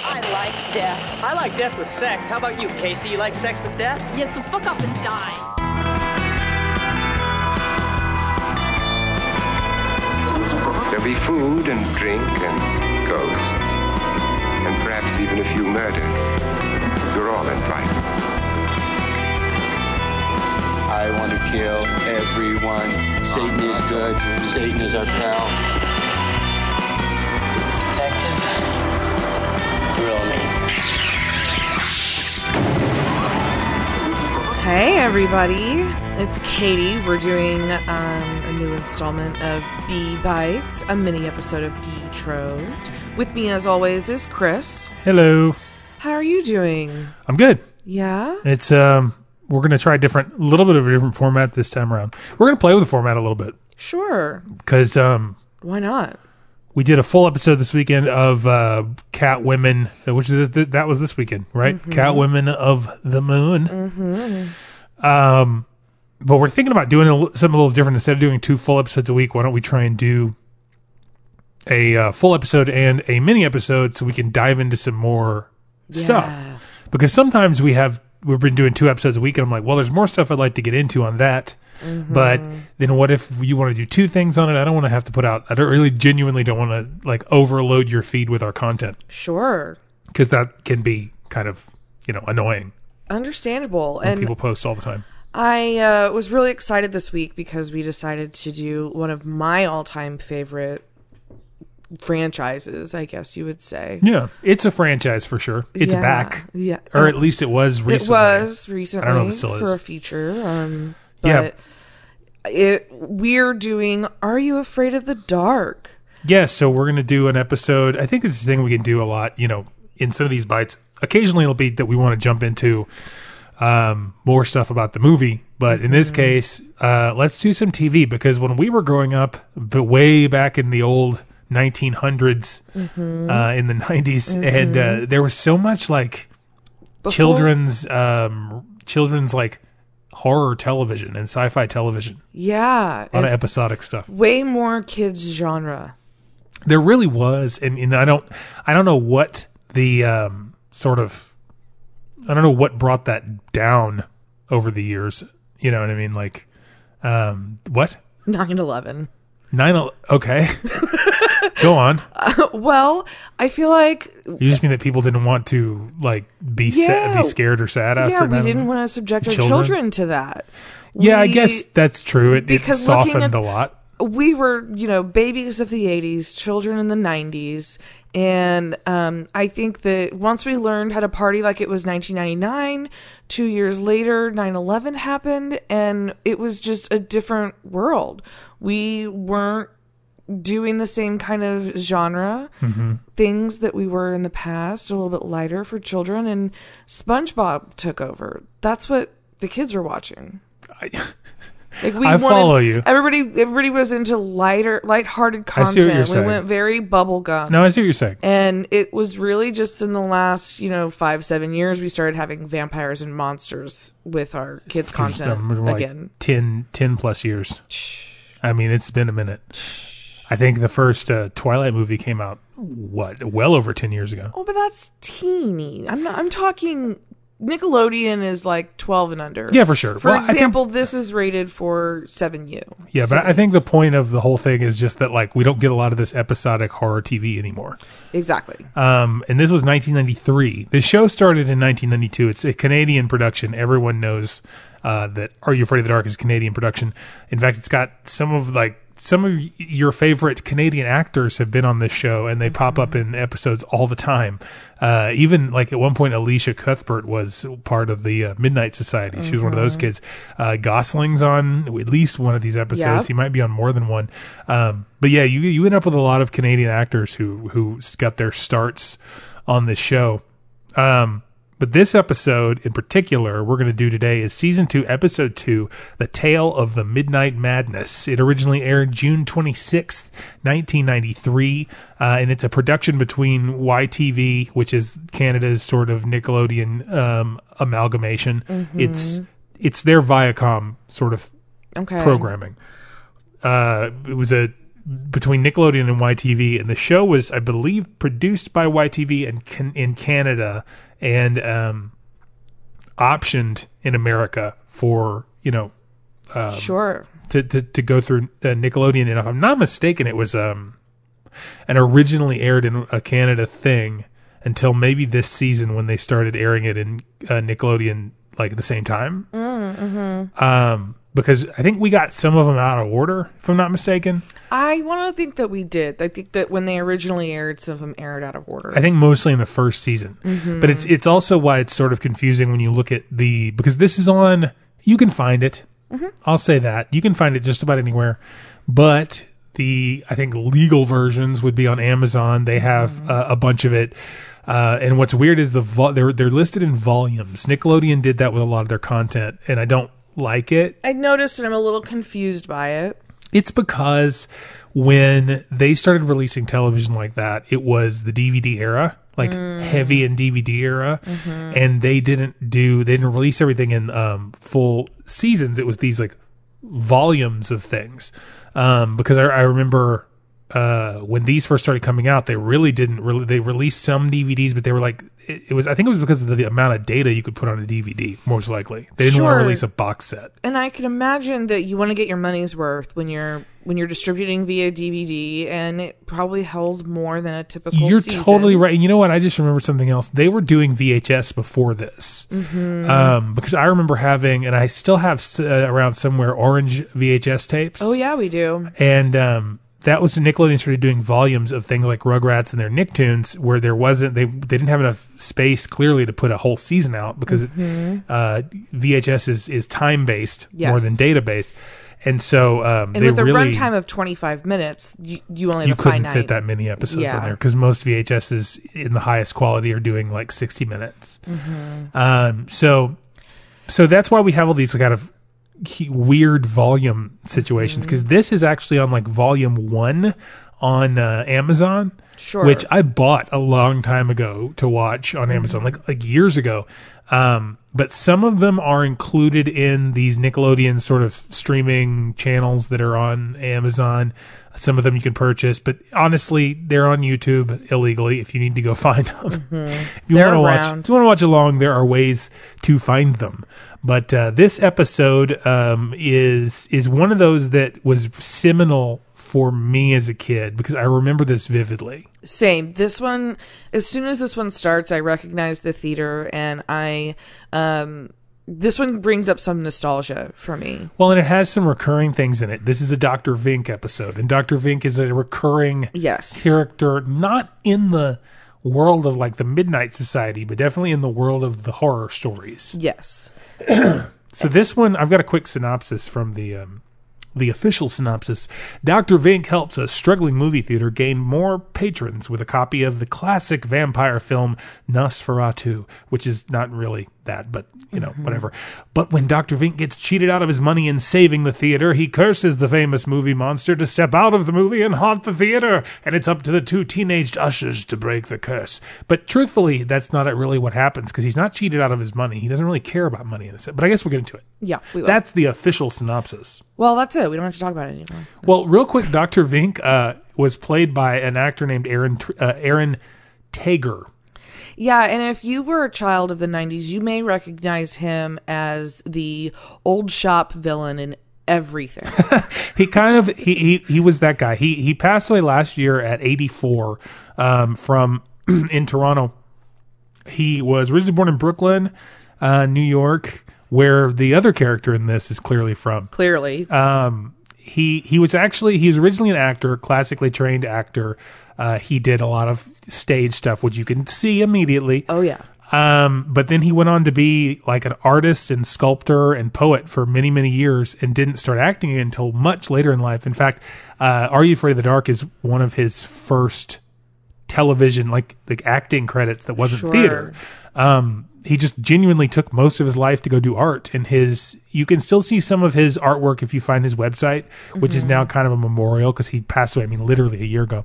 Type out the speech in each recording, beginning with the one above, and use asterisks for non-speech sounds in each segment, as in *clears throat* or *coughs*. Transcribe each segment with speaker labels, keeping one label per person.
Speaker 1: like death.
Speaker 2: I like death with sex. How about you, Casey? You like sex with death?
Speaker 1: Yeah, so fuck up and die.
Speaker 3: There'll be food and drink and ghosts. And perhaps even a few murders. You're all invited.
Speaker 4: I want to kill everyone. Satan is good. Satan is our pal.
Speaker 5: Detective, thrill me.
Speaker 6: Hey, everybody. It's Katie. We're doing um, a new installment of Bee Bites, a mini episode of Betrothed. With me, as always, is Chris.
Speaker 7: Hello.
Speaker 6: How are you doing?
Speaker 7: I'm good.
Speaker 6: Yeah?
Speaker 7: It's um we're gonna try a different a little bit of a different format this time around. We're gonna play with the format a little bit
Speaker 6: Sure.
Speaker 7: because um
Speaker 6: Why not?
Speaker 7: we did a full episode this weekend of uh Cat Women, which is th- that was this weekend, right? Cat Women of the Moon. Mm-hmm. Um, but we're thinking about doing a, li- something a little different. Instead of doing two full episodes a week, why don't we try and do a uh, full episode and a mini episode so we can dive into some more
Speaker 6: Yeah.
Speaker 7: stuff? Because sometimes we have we've been doing two episodes a week, and I'm like, well, there's more stuff I'd like to get into on that.
Speaker 6: Mm-hmm.
Speaker 7: But then, what if you want to do two things on it? I don't want to have to put out. I don't really genuinely don't want to like overload your feed with our content
Speaker 6: Sure.
Speaker 7: because that can be kind of you know annoying
Speaker 6: Understandable.
Speaker 7: when
Speaker 6: And
Speaker 7: people post all the time.
Speaker 6: I uh, was really excited this week because we decided to do one of my all time favorite franchises, I guess you would say.
Speaker 7: Yeah, it's a franchise for sure. It's
Speaker 6: Yeah.
Speaker 7: back,
Speaker 6: Yeah.
Speaker 7: or at least it was recently.
Speaker 6: It was recently
Speaker 7: I don't know if it still
Speaker 6: for
Speaker 7: is.
Speaker 6: a feature. Um,
Speaker 7: Yeah.
Speaker 6: but It we're doing. Are you afraid of the dark?
Speaker 7: Yeah, so we're gonna do an episode. I think it's a thing we can do a lot. You know, in some of these bites, occasionally it'll be that we want to jump into um, more stuff about the movie. But in
Speaker 6: Mm-hmm.
Speaker 7: this case, uh, let's do some TV because when we were growing up, but way back in the old 1900s,
Speaker 6: Mm-hmm.
Speaker 7: uh, in the 90s, and uh, there was so much like children's um, children's like horror television and sci-fi television,
Speaker 6: Yeah,
Speaker 7: a lot of
Speaker 6: and
Speaker 7: episodic stuff.
Speaker 6: way more kids genre. *laughs*
Speaker 7: there really was and, and i don't i don't know what the um sort of i don't know what brought that down over the years you know what i mean like um what
Speaker 6: 9-11.
Speaker 7: nine el- okay *laughs* go on
Speaker 6: Well, I feel like
Speaker 7: you just mean that people didn't want to like be sa-
Speaker 6: Yeah.
Speaker 7: be scared or sad after
Speaker 6: yeah, we
Speaker 7: 9/11?
Speaker 6: didn't want to subject our
Speaker 7: Children.
Speaker 6: children, to that.
Speaker 7: yeah i
Speaker 6: We-
Speaker 7: guess that's true it, it
Speaker 6: because looking at-
Speaker 7: softened a lot
Speaker 6: we were, you know, babies of the 80s, children in the 90s. And um, I think that once we learned how to party like it was 1999, two years later, 9 11 happened, and it was just a different world. We weren't doing the same kind of genre
Speaker 7: Mm-hmm.
Speaker 6: things that we were in the past, a little bit lighter for children, and SpongeBob took over. That's what the kids were watching.
Speaker 7: I,
Speaker 6: *laughs* Like we
Speaker 7: I
Speaker 6: wanted-
Speaker 7: follow you.
Speaker 6: Everybody, everybody was into lighter, lighthearted
Speaker 7: I
Speaker 6: content.
Speaker 7: see what you're saying.
Speaker 6: we went very bubblegum.
Speaker 7: no i see what you're saying
Speaker 6: And it was really just in the last, you know, five seven years we started having vampires and monsters with our kids
Speaker 7: Just,
Speaker 6: content
Speaker 7: um, like
Speaker 6: again.
Speaker 7: 10, 10 plus years i mean it's been a minute i think the first uh, twilight movie came out what well over 10 years ago
Speaker 6: Oh, but that's teeny. I'm not. I'm talking. Nickelodeon is like twelve and under.
Speaker 7: Yeah, for sure.
Speaker 6: For
Speaker 7: Well, I think-
Speaker 6: example, this is rated for seven U.
Speaker 7: yeah but i think the point of the whole thing is just that like we don't get a lot of this episodic horror tv anymore
Speaker 6: Exactly.
Speaker 7: um, and this was 1993 the show started in 1992 it's a canadian production everyone knows uh, that are you afraid of the dark is a canadian production in fact it's got some of like some of y- your favorite Canadian actors have been on this show, and they pop up in episodes all the time. Uh, even like at one point, Alicia Cuthbert was part of the uh, Midnight Society. She was one of those kids. Uh, Gosling's on at least one of these episodes.
Speaker 6: Yep.
Speaker 7: He might be on more than one. Um, but yeah, you you end up with a lot of Canadian actors who who s- got their starts on this show. Um, but this episode in particular, we're going to do today is season two, episode two, The Tale of the Midnight Madness. It originally aired June 26th, 1993. Uh, and it's a production between YTV, which is Canada's sort of Nickelodeon um, amalgamation. It's it's their Viacom sort of
Speaker 6: Okay.
Speaker 7: programming. Uh, it was a between Nickelodeon and YTV, and the show was, I believe, produced by YTV and can, in Canada and um, optioned in America for you know
Speaker 6: sure.
Speaker 7: to to, to go through uh, Nickelodeon. And if I'm not mistaken, it was um an originally aired in a Canada thing until maybe this season when they started airing it in uh, Nickelodeon like at the same time. Mm-hmm. Um, because I think we got some of them out of order, if I'm not mistaken.
Speaker 6: I want to think that we did. I think that when they originally aired, some of them aired out of order.
Speaker 7: I think mostly in the first season. But it's it's also why it's sort of confusing when you look at the because this is on you can find it. I'll say that. You can find it just about anywhere. But the I think legal versions would be on Amazon. They have uh, a bunch of it. Uh, and what's weird is the vol they're they're listed in volumes. Nickelodeon did that with a lot of their content and I don't like it
Speaker 6: I noticed, and I'm a little confused by it.
Speaker 7: it's because when they started releasing television like that, it was the DVD era, like heavy and DVD era, and they didn't do they didn't release everything in um, full seasons. It was these like volumes of things um, because I, I remember uh, when these first started coming out, they really didn't really they released some DVDs, but they were like it, it was I think it was because of the, the amount of data you could put on a DVD. Most likely, they didn't want
Speaker 6: Sure.
Speaker 7: to release a box set.
Speaker 6: And I can imagine that you want to get your money's worth when you're when you're distributing via DVD, and it probably held more than a typical.
Speaker 7: You're
Speaker 6: season.
Speaker 7: totally right. And you know what? I just remembered something else. They were doing VHS before this,
Speaker 6: Mm-hmm.
Speaker 7: um, because I remember having, and I still have s- uh, around somewhere orange VHS tapes.
Speaker 6: Oh yeah, we do.
Speaker 7: and um, that was when Nickelodeon started doing volumes of things like Rugrats and their Nicktoons, where there wasn't they they didn't have enough space clearly to put a whole season out because uh, VHS is is time based more
Speaker 6: Mm-hmm. Yes.
Speaker 7: than data based, and so um,
Speaker 6: And
Speaker 7: they
Speaker 6: with a
Speaker 7: really
Speaker 6: runtime of 25 minutes, you, you only have
Speaker 7: you
Speaker 6: a finite.
Speaker 7: couldn't fit that many episodes
Speaker 6: Yeah.
Speaker 7: on there because most VHSs in the highest quality are doing like 60 minutes.
Speaker 6: Mm-hmm.
Speaker 7: Um, so, so that's why we have all these kind of key, weird volume situations because this is actually on like volume one on uh, Amazon,
Speaker 6: Sure.
Speaker 7: which I bought a long time ago to watch on Amazon, like like years ago. Um, but some of them are included in these Nickelodeon sort of streaming channels that are on Amazon. Some of them you can purchase, but honestly, they're on YouTube illegally. If you need to go *laughs* find them, if you
Speaker 6: They're
Speaker 7: want to watch,
Speaker 6: around.
Speaker 7: if you want to watch along, there are ways to find them. But uh, this episode um, is is one of those that was seminal for me as a kid because I remember this vividly.
Speaker 6: Same. This one, as soon as this one starts, I recognize the theater, and I, um, this one brings up some nostalgia for me.
Speaker 7: Well, and it has some recurring things in it. This is a Dr. Vink episode, and Dr. Vink is a recurring
Speaker 6: Yes.
Speaker 7: character, not in the world of like the Midnight Society, but definitely in the world of the horror stories.
Speaker 6: Yes.
Speaker 7: So this one, I've got a quick synopsis from the um, the official synopsis. Doctor Vink helps a struggling movie theater gain more patrons with a copy of the classic vampire film Nosferatu, which is not really that, but you know,
Speaker 6: Mm-hmm.
Speaker 7: whatever. But when Doctor Vink gets cheated out of his money in saving the theater, he curses the famous movie monster to step out of the movie and haunt the theater, and it's up to the two teenaged ushers to break the curse. But truthfully, that's not really what happens because he's not cheated out of his money. He doesn't really care about money in this. But I guess we'll get into it.
Speaker 6: Yeah. We will.
Speaker 7: That's the official synopsis.
Speaker 6: well, that's it. We don't have to talk about it anymore.
Speaker 7: Well, real quick, Doctor Vink uh, was played by an actor named Aaron Tr- uh, Aaron Tager.
Speaker 6: Yeah, and if you were a child of the 90s, you may recognize him as the old shop villain in
Speaker 7: *laughs*
Speaker 6: everything.
Speaker 7: He kind of he he, he was that guy. He he passed away last year at 84 um, from *clears throat* in Toronto. He was originally born in Brooklyn, uh, New York, where the other character in this is clearly from.
Speaker 6: Clearly,
Speaker 7: Uh, he he was actually he was originally an actor, classically trained actor. Uh, he did a lot of stage stuff, which you can see immediately.
Speaker 6: Oh, yeah.
Speaker 7: Um, but then he went on to be like an artist and sculptor and poet for many many years, and didn't start acting again until much later in life. In fact, uh, "Are You Afraid of the Dark" is one of his first television like like acting credits that wasn't
Speaker 6: Sure.
Speaker 7: theater. Um, he just genuinely took most of his life to go do art, and his you can still see some of his artwork if you find his website, which is now kind of a memorial because he passed away. I mean, literally a year ago.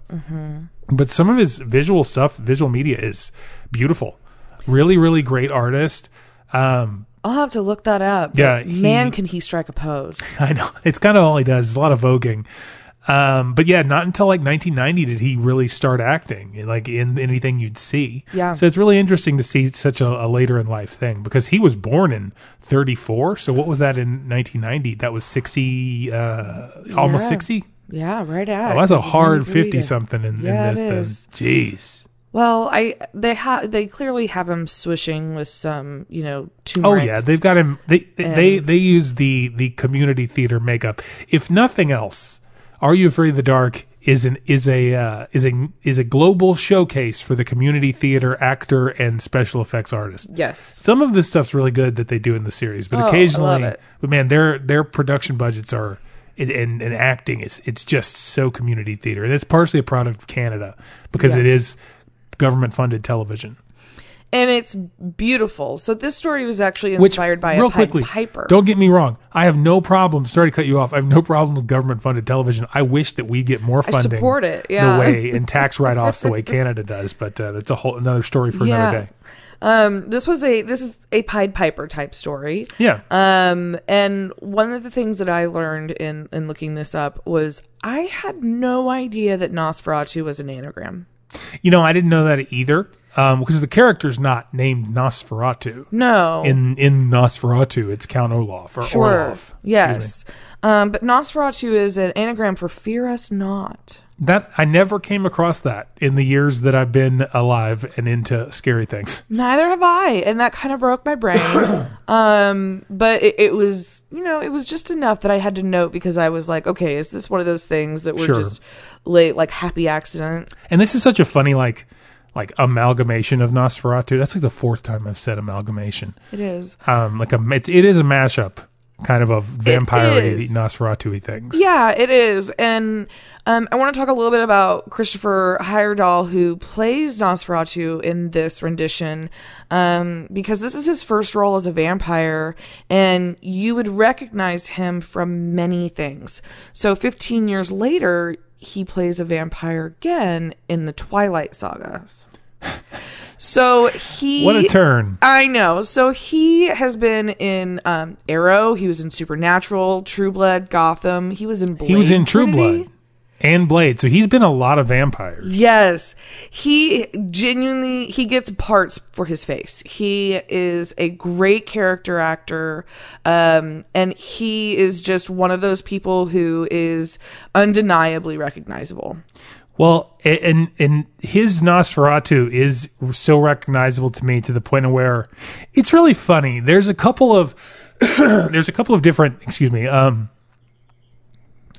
Speaker 7: But some of his visual stuff, visual media, is beautiful. Really, really great artist. *laughs* Um,
Speaker 6: I'll have to look that up.
Speaker 7: Yeah,
Speaker 6: but man,
Speaker 7: he-
Speaker 6: can he strike a pose?
Speaker 7: I know it's kind of all he does. It's a lot of voguing. Um, but yeah, not until like 1990 did he really start acting, like in anything you'd see.
Speaker 6: Yeah.
Speaker 7: So it's really interesting to see such a, a later in life thing because he was born in 34. So what was that in 1990? That was 60, uh, almost
Speaker 6: Yeah.
Speaker 7: 60.
Speaker 6: Yeah, right at.
Speaker 7: Oh, that's a
Speaker 6: 'cause it's
Speaker 7: hard
Speaker 6: 93
Speaker 7: 50
Speaker 6: to-
Speaker 7: something in,
Speaker 6: Yeah,
Speaker 7: in
Speaker 6: it
Speaker 7: this
Speaker 6: is.
Speaker 7: then. Jeez.
Speaker 6: Well, I they have they clearly have him swishing with some you know
Speaker 7: Oh
Speaker 6: turmeric.
Speaker 7: yeah, they've got him. They they
Speaker 6: And-
Speaker 7: they use the the community theater makeup. If nothing else, Are You Afraid of the Dark is an is a uh, is a is a global showcase for the community theater actor and special effects artist.
Speaker 6: Yes.
Speaker 7: Some of this stuff's really good that they do in the series, but
Speaker 6: Oh, I love
Speaker 7: occasionally,
Speaker 6: it.
Speaker 7: but man, their their production budgets are and, and, and acting is it's just so community theater, and it's partially a product of Canada because it is government funded television.
Speaker 6: and it's beautiful. So this story was actually inspired by a Pied Piper.
Speaker 7: Don't get me wrong. I have no problem. Sorry to cut you off. I have no problem with government funded television. I wish that we get more funding.
Speaker 6: support it, yeah.
Speaker 7: The way
Speaker 6: *laughs*
Speaker 7: and tax write offs the way Canada does, but uh, that's a whole another story for another
Speaker 6: Yeah.
Speaker 7: day.
Speaker 6: um, this was a this is a Pied Piper type story.
Speaker 7: Yeah.
Speaker 6: Um, and one of the things that I learned in in looking this up was I had no idea that Nosferatu was an anagram.
Speaker 7: you know, I didn't know that either. Um, because the character's not named Nosferatu.
Speaker 6: No,
Speaker 7: In in Nosferatu, it's Count Olaf or Orlov.
Speaker 6: yes. Um, but Nosferatu is an anagram for fear us not.
Speaker 7: That I never came across that in the years that I've been alive and into scary things.
Speaker 6: Neither have I, and that kind of broke my brain. um, but it, it was, you know, it was just enough that I had to note because I was like, okay, is this one of those things that were
Speaker 7: Sure.
Speaker 6: just late, like happy accident?
Speaker 7: And this is such a funny like like amalgamation of Nosferatu. That's like the fourth time I've said amalgamation.
Speaker 6: It is.
Speaker 7: Um, like a it's, it is a mashup kind of of vampire
Speaker 6: is.
Speaker 7: Nosferatu things.
Speaker 6: Yeah, it is. And um, I want to talk a little bit about Christopher Heyerdahl, who plays Nosferatu in this rendition, um, because this is his first role as a vampire, and you would recognize him from many things. So 15 years later, he plays a vampire again in the Twilight
Speaker 7: *laughs*
Speaker 6: Saga. So he.
Speaker 7: What a turn.
Speaker 6: I know. So he has been in um, Arrow. He was in Supernatural, True Blood, Gotham. He was in Blade.
Speaker 7: He was in True
Speaker 6: Trinity.
Speaker 7: Blood and Blade. So he's been a lot of vampires.
Speaker 6: Yes. He genuinely he gets parts for his face. He is a great character actor um and he is just one of those people who is undeniably recognizable.
Speaker 7: Well, a- and and his Nosferatu is so recognizable to me to the point of where it's really funny. There's a couple of *coughs* there's a couple of different excuse me. Um,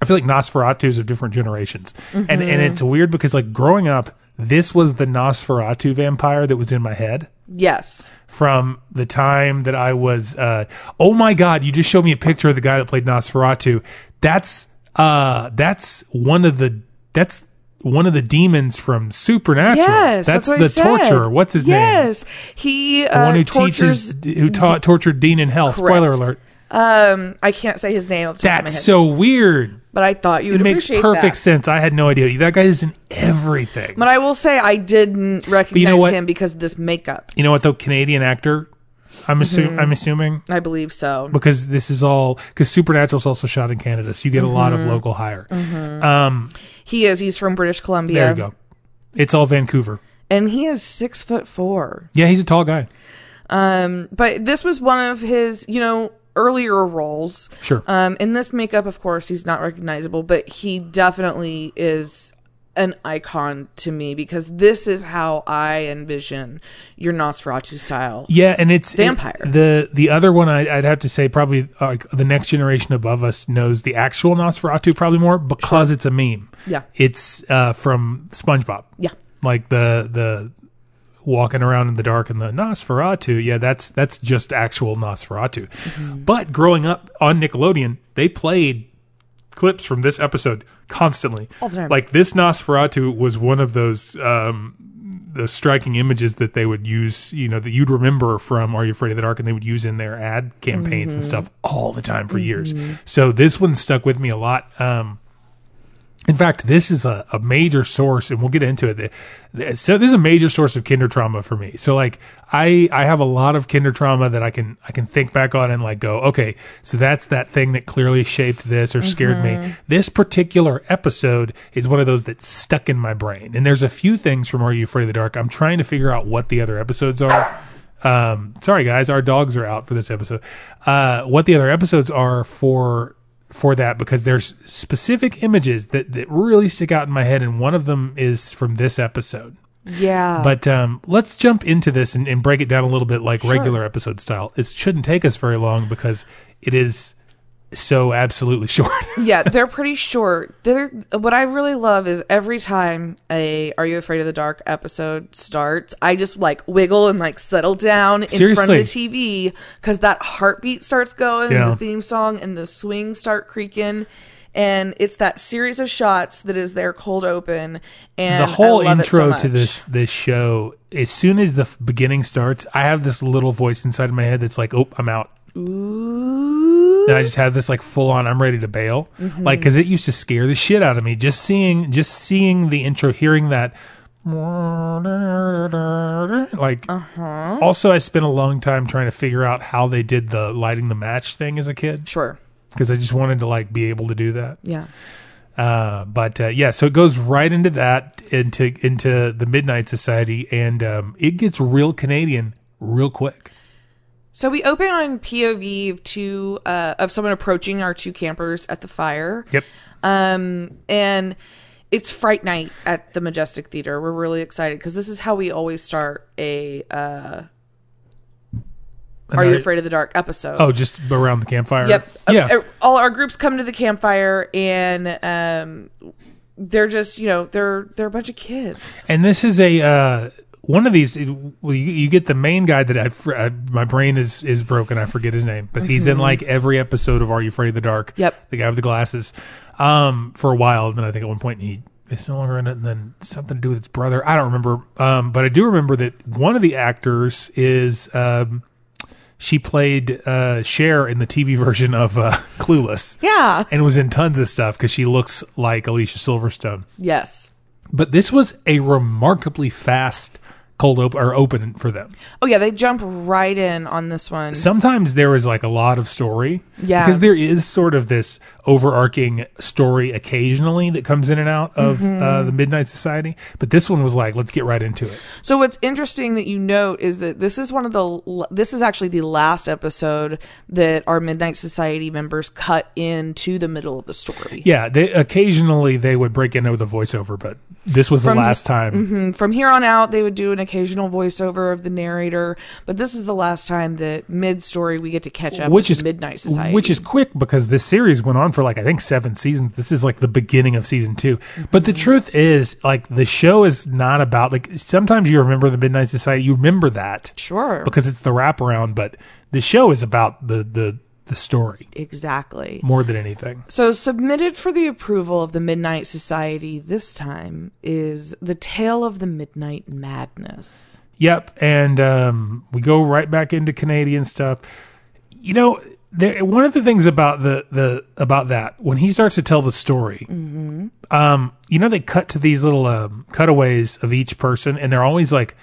Speaker 7: I feel like Nosferatu's of different generations, and and it's weird because like growing up, this was the Nosferatu vampire that was in my head
Speaker 6: Yes.
Speaker 7: from the time that I was. Uh, oh my God! You just showed me a picture of the guy that played Nosferatu. That's uh, that's one of the that's one of the demons from Supernatural.
Speaker 6: Yes. That's, what I
Speaker 7: the
Speaker 6: said.
Speaker 7: torturer. What's his name?
Speaker 6: yes. He uh,
Speaker 7: The one who
Speaker 6: tortures
Speaker 7: teaches who taught tortured Dean in hell.
Speaker 6: Correct.
Speaker 7: Spoiler alert.
Speaker 6: um I can't say his name off the top of my
Speaker 7: That's
Speaker 6: head,
Speaker 7: so weird.
Speaker 6: but I thought you would
Speaker 7: It makes
Speaker 6: appreciate
Speaker 7: perfect
Speaker 6: that.
Speaker 7: sense. I had no idea. That guy is in everything.
Speaker 6: But I will say I didn't recognize
Speaker 7: what?
Speaker 6: him because of this makeup.
Speaker 7: you know what though? Canadian actor. I'm assuming.
Speaker 6: Mm-hmm.
Speaker 7: I'm assuming.
Speaker 6: I believe so.
Speaker 7: because this is all because Supernatural's also shot in Canada, so you get a lot
Speaker 6: Mm-hmm.
Speaker 7: of local hire. Um,
Speaker 6: He is. He's from British Columbia.
Speaker 7: there you go. It's all Vancouver.
Speaker 6: And he is six foot four.
Speaker 7: Yeah, he's a tall guy.
Speaker 6: Um, but this was one of his, you know, earlier roles.
Speaker 7: Sure.
Speaker 6: Um, in this makeup, of course, he's not recognizable, but he definitely is an icon to me because this is how I envision your Nosferatu style.
Speaker 7: Yeah, and it's
Speaker 6: Vampire.
Speaker 7: it- the the other one I, I'd have to say probably uh, like the next generation above us knows the actual Nosferatu probably more because it's a meme.
Speaker 6: Yeah.
Speaker 7: it's uh, from SpongeBob.
Speaker 6: Yeah.
Speaker 7: like the the walking around in the dark and the Nosferatu. Yeah, that's that's just actual Nosferatu.
Speaker 6: Mm-hmm.
Speaker 7: But growing up on Nickelodeon, they played clips from this episode constantly.
Speaker 6: All the time.
Speaker 7: Like this Nosferatu was one of those um the striking images that they would use, you know, that you'd remember from Are You Afraid of the Dark and they would use in their ad campaigns
Speaker 6: Mm-hmm.
Speaker 7: and stuff all the time for years. So this one stuck with me a lot. Um In fact, this is a, a major source, and we'll get into it. The- the- So this is a major source of kinder trauma for me. So like I I have a lot of kinder trauma that I can I can think back on and like go, okay, so that's that thing that clearly shaped this or scared me. This particular episode is one of those that stuck in my brain. And there's a few things from Are You Afraid of the Dark? I'm trying to figure out what the other episodes are. Um, sorry guys, our dogs are out for this episode. Uh, what the other episodes are for for that because there's specific images that that really stick out in my head, and one of them is from this episode.
Speaker 6: Yeah.
Speaker 7: But um, let's jump into this and, and break it down a little bit like regular episode style. It shouldn't take us very long because it is so absolutely *laughs* short.
Speaker 6: yeah, they're pretty short. They're, what I really love is every time a Are You Afraid of the Dark episode starts, I just like wiggle and like settle down in front
Speaker 7: Seriously.
Speaker 6: of the TV because that heartbeat starts going, and
Speaker 7: Yeah.
Speaker 6: the theme song and the swings start creaking. And it's that series of shots that is their cold open, and
Speaker 7: the whole
Speaker 6: I love it so
Speaker 7: intro
Speaker 6: much.
Speaker 7: to this this show as soon as the f- beginning starts i have this little voice inside my head that's like oh i'm out and i just have this like full on i'm ready to bail Like
Speaker 6: Mm-hmm.
Speaker 7: 'cause like because it used to scare the shit out of me just seeing just seeing the intro hearing that like
Speaker 6: Uh-huh.
Speaker 7: also i spent a long time trying to figure out how they did the lighting the match thing as a kid
Speaker 6: Sure.
Speaker 7: because i just wanted to like be able to do that
Speaker 6: Yeah.
Speaker 7: uh, but uh, yeah, so it goes right into that into into the Midnight Society, and um, it gets real Canadian real quick.
Speaker 6: So we open on POV of two uh, of someone approaching our two campers at the fire.
Speaker 7: Yep.
Speaker 6: Um, and it's Fright Night at the Majestic Theater. We're really excited because this is how we always start a uh, Are You
Speaker 7: I-
Speaker 6: Afraid of the Dark episode.
Speaker 7: Oh, just around the campfire.
Speaker 6: Yep.
Speaker 7: Yeah.
Speaker 6: Uh, uh, All our groups come to the campfire and um, they're just, you know, they're they're a bunch of kids.
Speaker 7: and this is a uh, one of these. it- well, you, you get the main guy that I, fr- I my brain is is broken. I forget his name, but he's in like every episode of Are You Afraid of the Dark?
Speaker 6: Mm-hmm. Yep.
Speaker 7: The guy with the glasses. Um, for a while, and then I think at one point he is no longer in it, and then something to do with his brother. I don't remember. Um, but I do remember that one of the actors is um. She played uh, Cher in the TV version of uh, *laughs* Clueless,
Speaker 6: Yeah.
Speaker 7: and was in tons of stuff because she looks like Alicia Silverstone
Speaker 6: Yes.
Speaker 7: but this was a remarkably fast cold open or open for them.
Speaker 6: Oh yeah, they jump right in on this one.
Speaker 7: Sometimes there is like a lot of story,
Speaker 6: Yeah.
Speaker 7: because there is sort of this overarching story occasionally that comes in and out of
Speaker 6: Mm-hmm.
Speaker 7: uh, the Midnight Society. But this one was like, let's get right into it.
Speaker 6: So what's interesting that you note is that this is one of the l- this is actually the last episode that our Midnight Society members cut into the middle of the story.
Speaker 7: Yeah, they occasionally they would break in with a voiceover, but this was the
Speaker 6: From- Mm-hmm.
Speaker 7: last time.
Speaker 6: And from here on out, they would do an occasional voiceover of the narrator, but this is the last time that mid story we get to catch up.
Speaker 7: which
Speaker 6: with
Speaker 7: is
Speaker 6: Midnight Society,
Speaker 7: which is quick because this series went on for like I think seven seasons. This is like the beginning of season 2 But
Speaker 6: Mm-hmm.
Speaker 7: the truth is, like the show is not about like sometimes you remember the Midnight Society, you remember that
Speaker 6: sure
Speaker 7: because it's the wraparound. But the show is about the the the story
Speaker 6: exactly.
Speaker 7: more than anything.
Speaker 6: So submitted for the approval of the Midnight Society this time is the Tale of the Midnight Madness.
Speaker 7: Yep, and um, we go right back into Canadian stuff. You know, there, one of the things about the the about that when he starts to tell the story, um, you know, they cut to these little um, cutaways of each person, and they're always like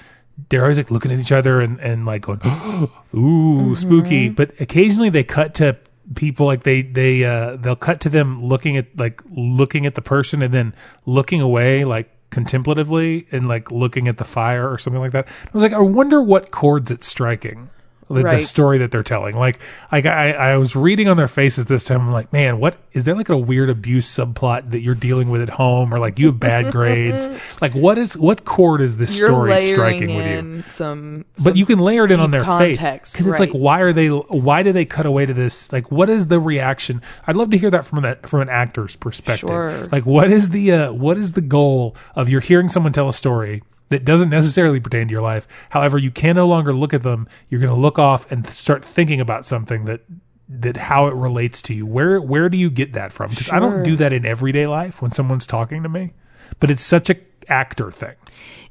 Speaker 7: they're always like looking at each other and and like going, *gasps* "Oh, ooh,
Speaker 6: Mm-hmm.
Speaker 7: spooky. But occasionally they cut to people like they they uh, they'll cut to them looking at like looking at the person and then looking away like contemplatively and like looking at the fire or something like that. I was like, I wonder what chords it's striking. The,
Speaker 6: Right.
Speaker 7: the story that they're telling, like, like I, I was reading on their faces this time. I'm like, man, what is there like a weird abuse subplot that you're dealing with at home, or like you have
Speaker 6: *laughs*
Speaker 7: bad grades? Like, what is what chord is this story striking with you?
Speaker 6: in some
Speaker 7: but you can layer it in on
Speaker 6: deep
Speaker 7: their face
Speaker 6: context,
Speaker 7: because it's like
Speaker 6: right.
Speaker 7: why are they why do they cut away to this like what is the reaction i'd love to hear that from that from an actor's perspective
Speaker 6: Sure.
Speaker 7: like what is the uh, what is the goal of you're hearing someone tell a story that doesn't necessarily pertain to your life however you can no longer look at them you're going to look off and start thinking about something that that how it relates to you where where do you get that from because i don't do that in everyday life when someone's talking to me but it's such a actor thing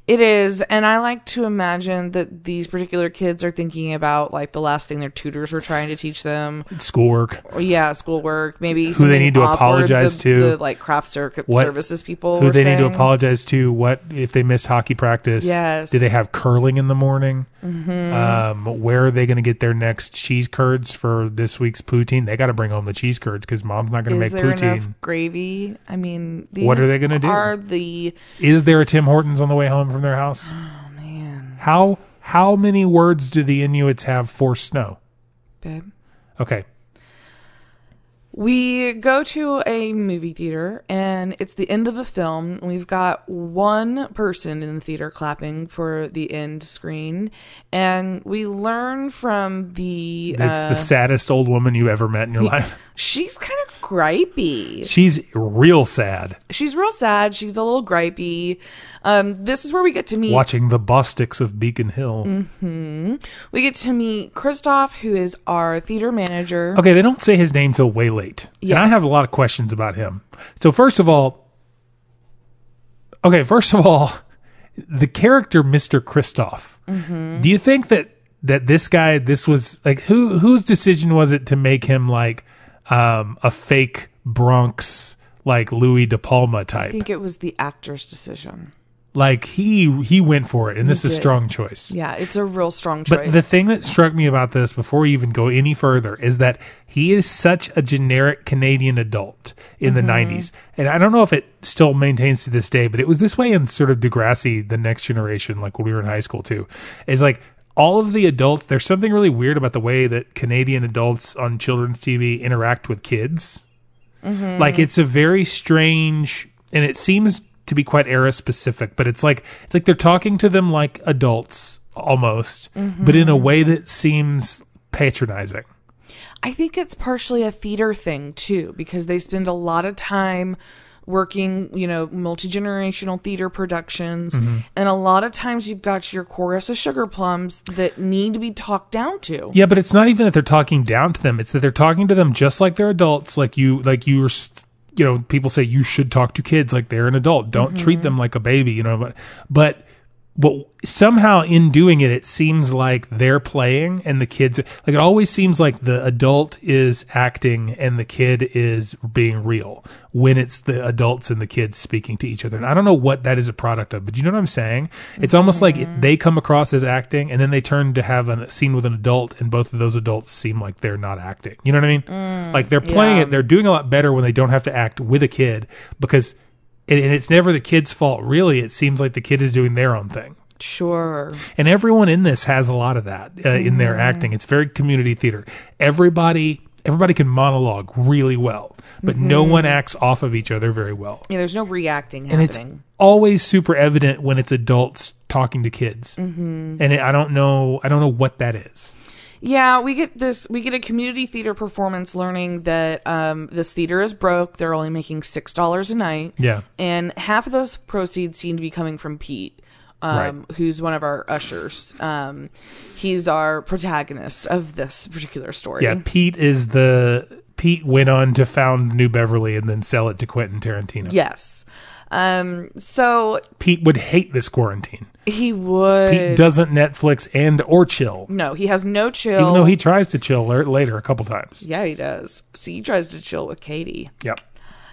Speaker 6: It is, and I like to imagine that these particular kids are thinking about like the last thing their tutors were trying to teach them,
Speaker 7: Schoolwork.
Speaker 6: or yeah, schoolwork, maybe
Speaker 7: Who they
Speaker 6: something
Speaker 7: need to
Speaker 6: awkward
Speaker 7: apologize
Speaker 6: the,
Speaker 7: to.
Speaker 6: the like craft cir-
Speaker 7: What-
Speaker 6: services people.
Speaker 7: Who
Speaker 6: were
Speaker 7: they need to
Speaker 6: saying.
Speaker 7: apologize to? What if they missed hockey practice?
Speaker 6: Yes. Mm-hmm.
Speaker 7: Do they have curling in the morning? Um, where are they going to get their next cheese curds for this week's poutine? They got to bring home the cheese curds because mom's not going to
Speaker 6: Is
Speaker 7: make
Speaker 6: there
Speaker 7: poutine.
Speaker 6: enough gravy? I mean, these
Speaker 7: What are they gonna do?
Speaker 6: Are the
Speaker 7: Is there a Tim Hortons on the way home from their house? Oh man. How how many words do the Inuits have for snow?
Speaker 6: babe?
Speaker 7: Okay.
Speaker 6: We go to a movie theater and it's the end of the film. We've got one person in the theater clapping for the end screen. And we learn from the.
Speaker 7: It's
Speaker 6: uh,
Speaker 7: the saddest old woman you ever met in your life.
Speaker 6: she's kind of gripey.
Speaker 7: She's real sad
Speaker 6: She's real sad. She's a little gripey. Um, this is where we get to meet.
Speaker 7: watching the Bostics of Beacon Hill.
Speaker 6: We get to meet Christoph, who is our theater manager.
Speaker 7: Okay, they don't say his name till way late.
Speaker 6: Yeah.
Speaker 7: And I have a lot of questions about him. So first of all, okay, first of all, the character Mr. Kristoff.
Speaker 6: Mm-hmm.
Speaker 7: Do you think that that this guy this was like who whose decision was it to make him like um a fake Bronx like Louis De Palma type?
Speaker 6: I think it was the actor's decision.
Speaker 7: like he he went for it and this is a
Speaker 6: did.
Speaker 7: strong choice.
Speaker 6: Yeah, it's a real strong choice.
Speaker 7: But the thing that struck me about this before we even go any further is that he is such a generic Canadian adult in the 90s. And I don't know if it still maintains to this day, but it was this way in sort of Degrassi, the next generation, like when we were in high school too. Is like all of the adults, there's something really weird about the way that Canadian adults on children's TV interact with kids. Like it's a very strange, and it seems to be quite era specific. But it's like it's like they're talking to them like adults almost, but in a way that seems patronizing.
Speaker 6: I think it's partially a theater thing too, because they spend a lot of time working, you know, multi generational theater productions.
Speaker 7: Mm-hmm.
Speaker 6: And a lot of times you've got your chorus of sugar plums that need to be talked down to.
Speaker 7: Yeah, but it's not even that they're talking down to them. It's that they're talking to them just like they're adults. Like you, like you were, s- you know, people say you should talk to kids like they're an adult. Don't treat them like a baby, you know. But, but, but somehow in doing it, it seems like they're playing and the kids, like it always seems like the adult is acting and the kid is being real when it's the adults and the kids speaking to each other. And I don't know what that is a product of, but you know what I'm saying? It's almost like it, they come across as acting and then they turn to have an- a scene with an adult and both of those adults seem like they're not acting. You know what I mean? like they're playing it, they're doing a lot better when they don't have to act with a kid because and, and it's never the kid's fault really it seems like the kid is doing their own thing
Speaker 6: Sure.
Speaker 7: and everyone in this has a lot of that uh, in their acting it's very community theater everybody everybody can monologue really well but no one acts off of each other very well
Speaker 6: Yeah, there's no reacting
Speaker 7: and it's
Speaker 6: happening.
Speaker 7: always super evident when it's adults talking to kids mm-hmm. and it, i don't know i don't know what that is
Speaker 6: Yeah, we get this. We get a community theater performance learning that um, this theater is broke. They're only making six dollars a night.
Speaker 7: Yeah.
Speaker 6: and half of those proceeds seem to be coming from Pete, um, who's one of our ushers. Um, he's our protagonist of this particular story.
Speaker 7: yeah pete is the pete went on to found new beverly and then sell it to quentin tarantino
Speaker 6: Yes. Um. So
Speaker 7: pete would hate this quarantine
Speaker 6: he would.
Speaker 7: Pete doesn't Netflix and or chill,
Speaker 6: no, he has no chill.
Speaker 7: even though he tries to chill er- later a couple times.
Speaker 6: Yeah, he does. So he tries to chill with Katie.
Speaker 7: Yep.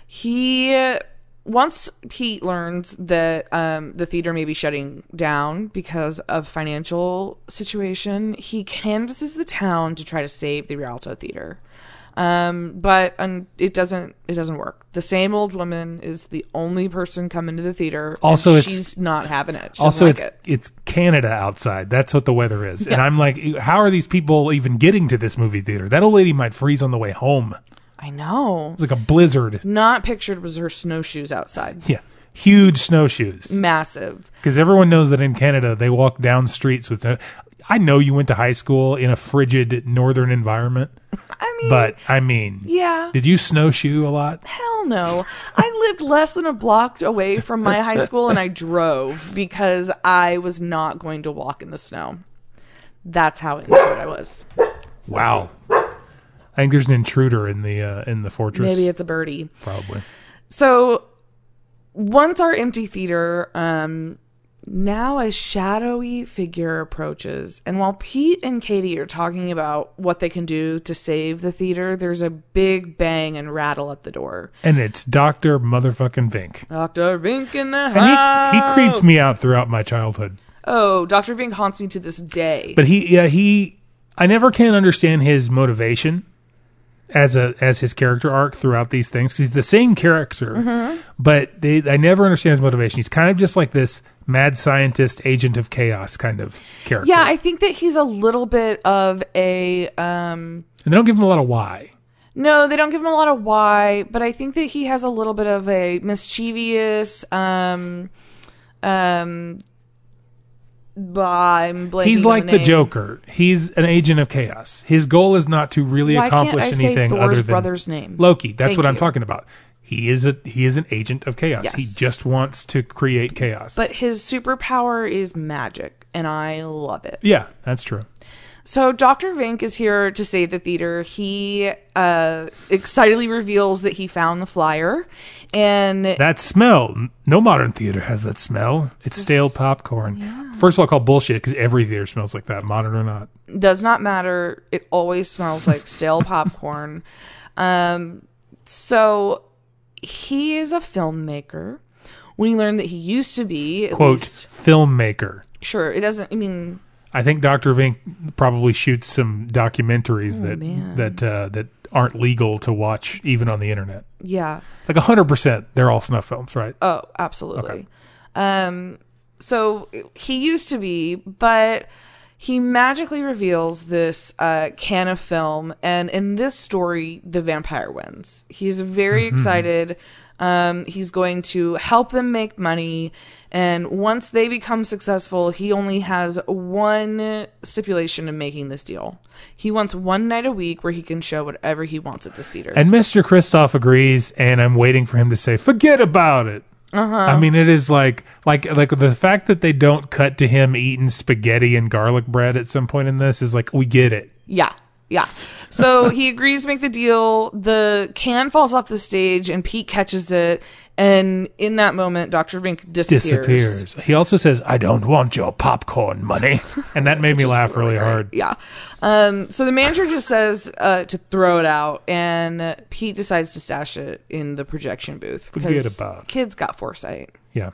Speaker 6: he uh, once Pete learns that um, the theater may be shutting down because of financial situation, he canvasses the town to try to save the Rialto Theater. Um, but um, it doesn't it doesn't work. The same old woman is the only person coming to the theater. and
Speaker 7: Also, it's-
Speaker 6: she's not having it. She
Speaker 7: Also,
Speaker 6: doesn't like
Speaker 7: it's
Speaker 6: it.
Speaker 7: it's Canada outside. That's what the weather is, and I'm like, how are these people even getting to this movie theater? That old lady might freeze on the way home.
Speaker 6: I know.
Speaker 7: It's like a blizzard.
Speaker 6: Not pictured was her snowshoes outside.
Speaker 7: Yeah, huge
Speaker 6: Mm.
Speaker 7: snowshoes.
Speaker 6: Massive.
Speaker 7: Because everyone knows that in Canada they walk down streets with. snow- I know you went to high school in a frigid northern environment,
Speaker 6: *laughs* I mean,
Speaker 7: but I mean,
Speaker 6: yeah.
Speaker 7: Did you snowshoe a lot?
Speaker 6: Hell no. I lived less than a block away from my high school and I drove because I was not going to walk in the snow. That's how into it I was.
Speaker 7: Wow. I think there's an intruder in the uh, in the fortress.
Speaker 6: Maybe it's a birdie.
Speaker 7: probably.
Speaker 6: So once our empty theater um Now a shadowy figure approaches, and while Pete and Katie are talking about what they can do to save the theater, there's a big bang and rattle at the door.
Speaker 7: And it's Doctor Motherfucking Vink.
Speaker 6: Dr. Vink in the house.
Speaker 7: And he, he creeped me out throughout my childhood.
Speaker 6: Oh, Dr. Vink haunts me to this day.
Speaker 7: But he yeah, he I never can understand his motivation as a as his character arc throughout these things because he's the same character,
Speaker 6: Mm-hmm.
Speaker 7: but they I never understand his motivation. He's kind of just like this mad scientist, agent of chaos kind of character.
Speaker 6: yeah, I think that he's a little bit of a um
Speaker 7: and they don't give him a lot of why.
Speaker 6: no, they don't give him a lot of why, but I think that he has a little bit of a mischievous um um bah, I'm blanking
Speaker 7: He's
Speaker 6: on
Speaker 7: like the
Speaker 6: name.
Speaker 7: Joker. He's an agent of chaos. His goal is not to really
Speaker 6: Why can't
Speaker 7: accomplish
Speaker 6: I say
Speaker 7: anything
Speaker 6: Thor's
Speaker 7: other than
Speaker 6: brother's name?
Speaker 7: Loki. That's
Speaker 6: Thank
Speaker 7: what I'm
Speaker 6: you.
Speaker 7: talking about. He is a he is an agent of chaos.
Speaker 6: Yes.
Speaker 7: He just wants to create chaos.
Speaker 6: But his superpower is magic, and I love it.
Speaker 7: yeah, that's true.
Speaker 6: So Dr. Vink is here to save the theater. He uh, excitedly reveals that he found the flyer, and
Speaker 7: That smell. n- No modern theater has that smell. It's stale popcorn. First of all, I call bullshit because every theater smells like that, modern or not.
Speaker 6: does not matter. It always smells like stale popcorn. Um, so he is a filmmaker. We learn that he used to be at
Speaker 7: Quote
Speaker 6: least-
Speaker 7: filmmaker.
Speaker 6: sure. It doesn't. I mean,
Speaker 7: I think Dr. Vink probably shoots some documentaries
Speaker 6: Oh,
Speaker 7: that that uh, that aren't legal to watch even on the internet.
Speaker 6: yeah.
Speaker 7: Like hundred percent, they're all snuff films, right?
Speaker 6: Oh, absolutely. Um, so he used to be, but he magically reveals this uh, can of film, and in this story, the vampire wins. He's very excited. Um, he's going to help them make money, and once they become successful, he only has one stipulation in making this deal. He wants one night a week where he can show whatever he wants at this theater.
Speaker 7: And Mr. Kristoff agrees, and I'm waiting for him to say, "Forget about it." I mean, it is like like like the fact that they don't cut to him eating spaghetti and garlic bread at some point in this is like we get it.
Speaker 6: Yeah. Yeah.
Speaker 7: *laughs*
Speaker 6: So he agrees to make the deal. The can falls off the stage and Pete catches it. And in that moment, Dr. Vink disappears.
Speaker 7: Disappears. He also says, "I don't want your popcorn money," and that made me laugh really hard.
Speaker 6: Yeah. Um, so the manager just says uh, to throw it out, and Pete decides to stash it in the projection booth. 'cause
Speaker 7: Forget about it.
Speaker 6: Kids got foresight.
Speaker 7: Yeah,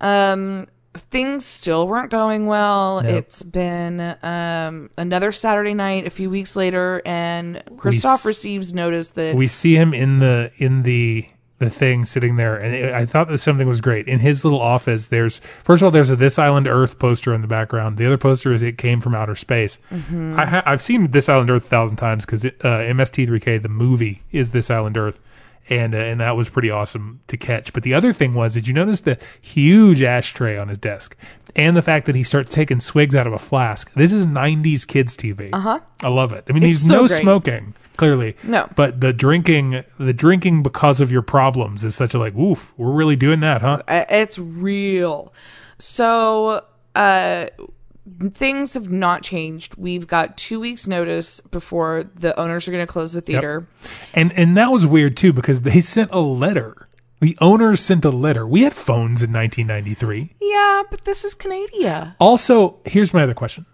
Speaker 6: Um, things still weren't going well.
Speaker 7: Nope.
Speaker 6: It's been um, another Saturday night a few weeks later, and
Speaker 7: s-
Speaker 6: Christoph receives notice that
Speaker 7: we see him in the in the the thing sitting there, and it, I thought that something was great in his little office. There's first of all, there's a This Island Earth poster in the background. The other poster is It Came from Outer Space.
Speaker 6: Mm-hmm.
Speaker 7: I ha- I've seen This Island Earth a thousand times because uh, MST3K the movie is This Island Earth. And, uh, and that was pretty awesome to catch. But the other thing was, did you notice the huge ashtray on his desk, and the fact that he starts taking swigs out of a flask? This is '90s kids TV. Uh huh. I love it. I mean,
Speaker 6: Uh-huh. It's
Speaker 7: he's
Speaker 6: so
Speaker 7: no
Speaker 6: great.
Speaker 7: smoke smoking clearly
Speaker 6: No.
Speaker 7: but the drinking the drinking because of your problems is such a like woof we're really doing that huh
Speaker 6: I- it's real so uh things have not changed we've got two weeks notice before the owners are going to close the theater
Speaker 7: and and that was weird too because they sent a letter the owners sent a letter we had phones in 1993
Speaker 6: yeah but this is canada
Speaker 7: also here's my other question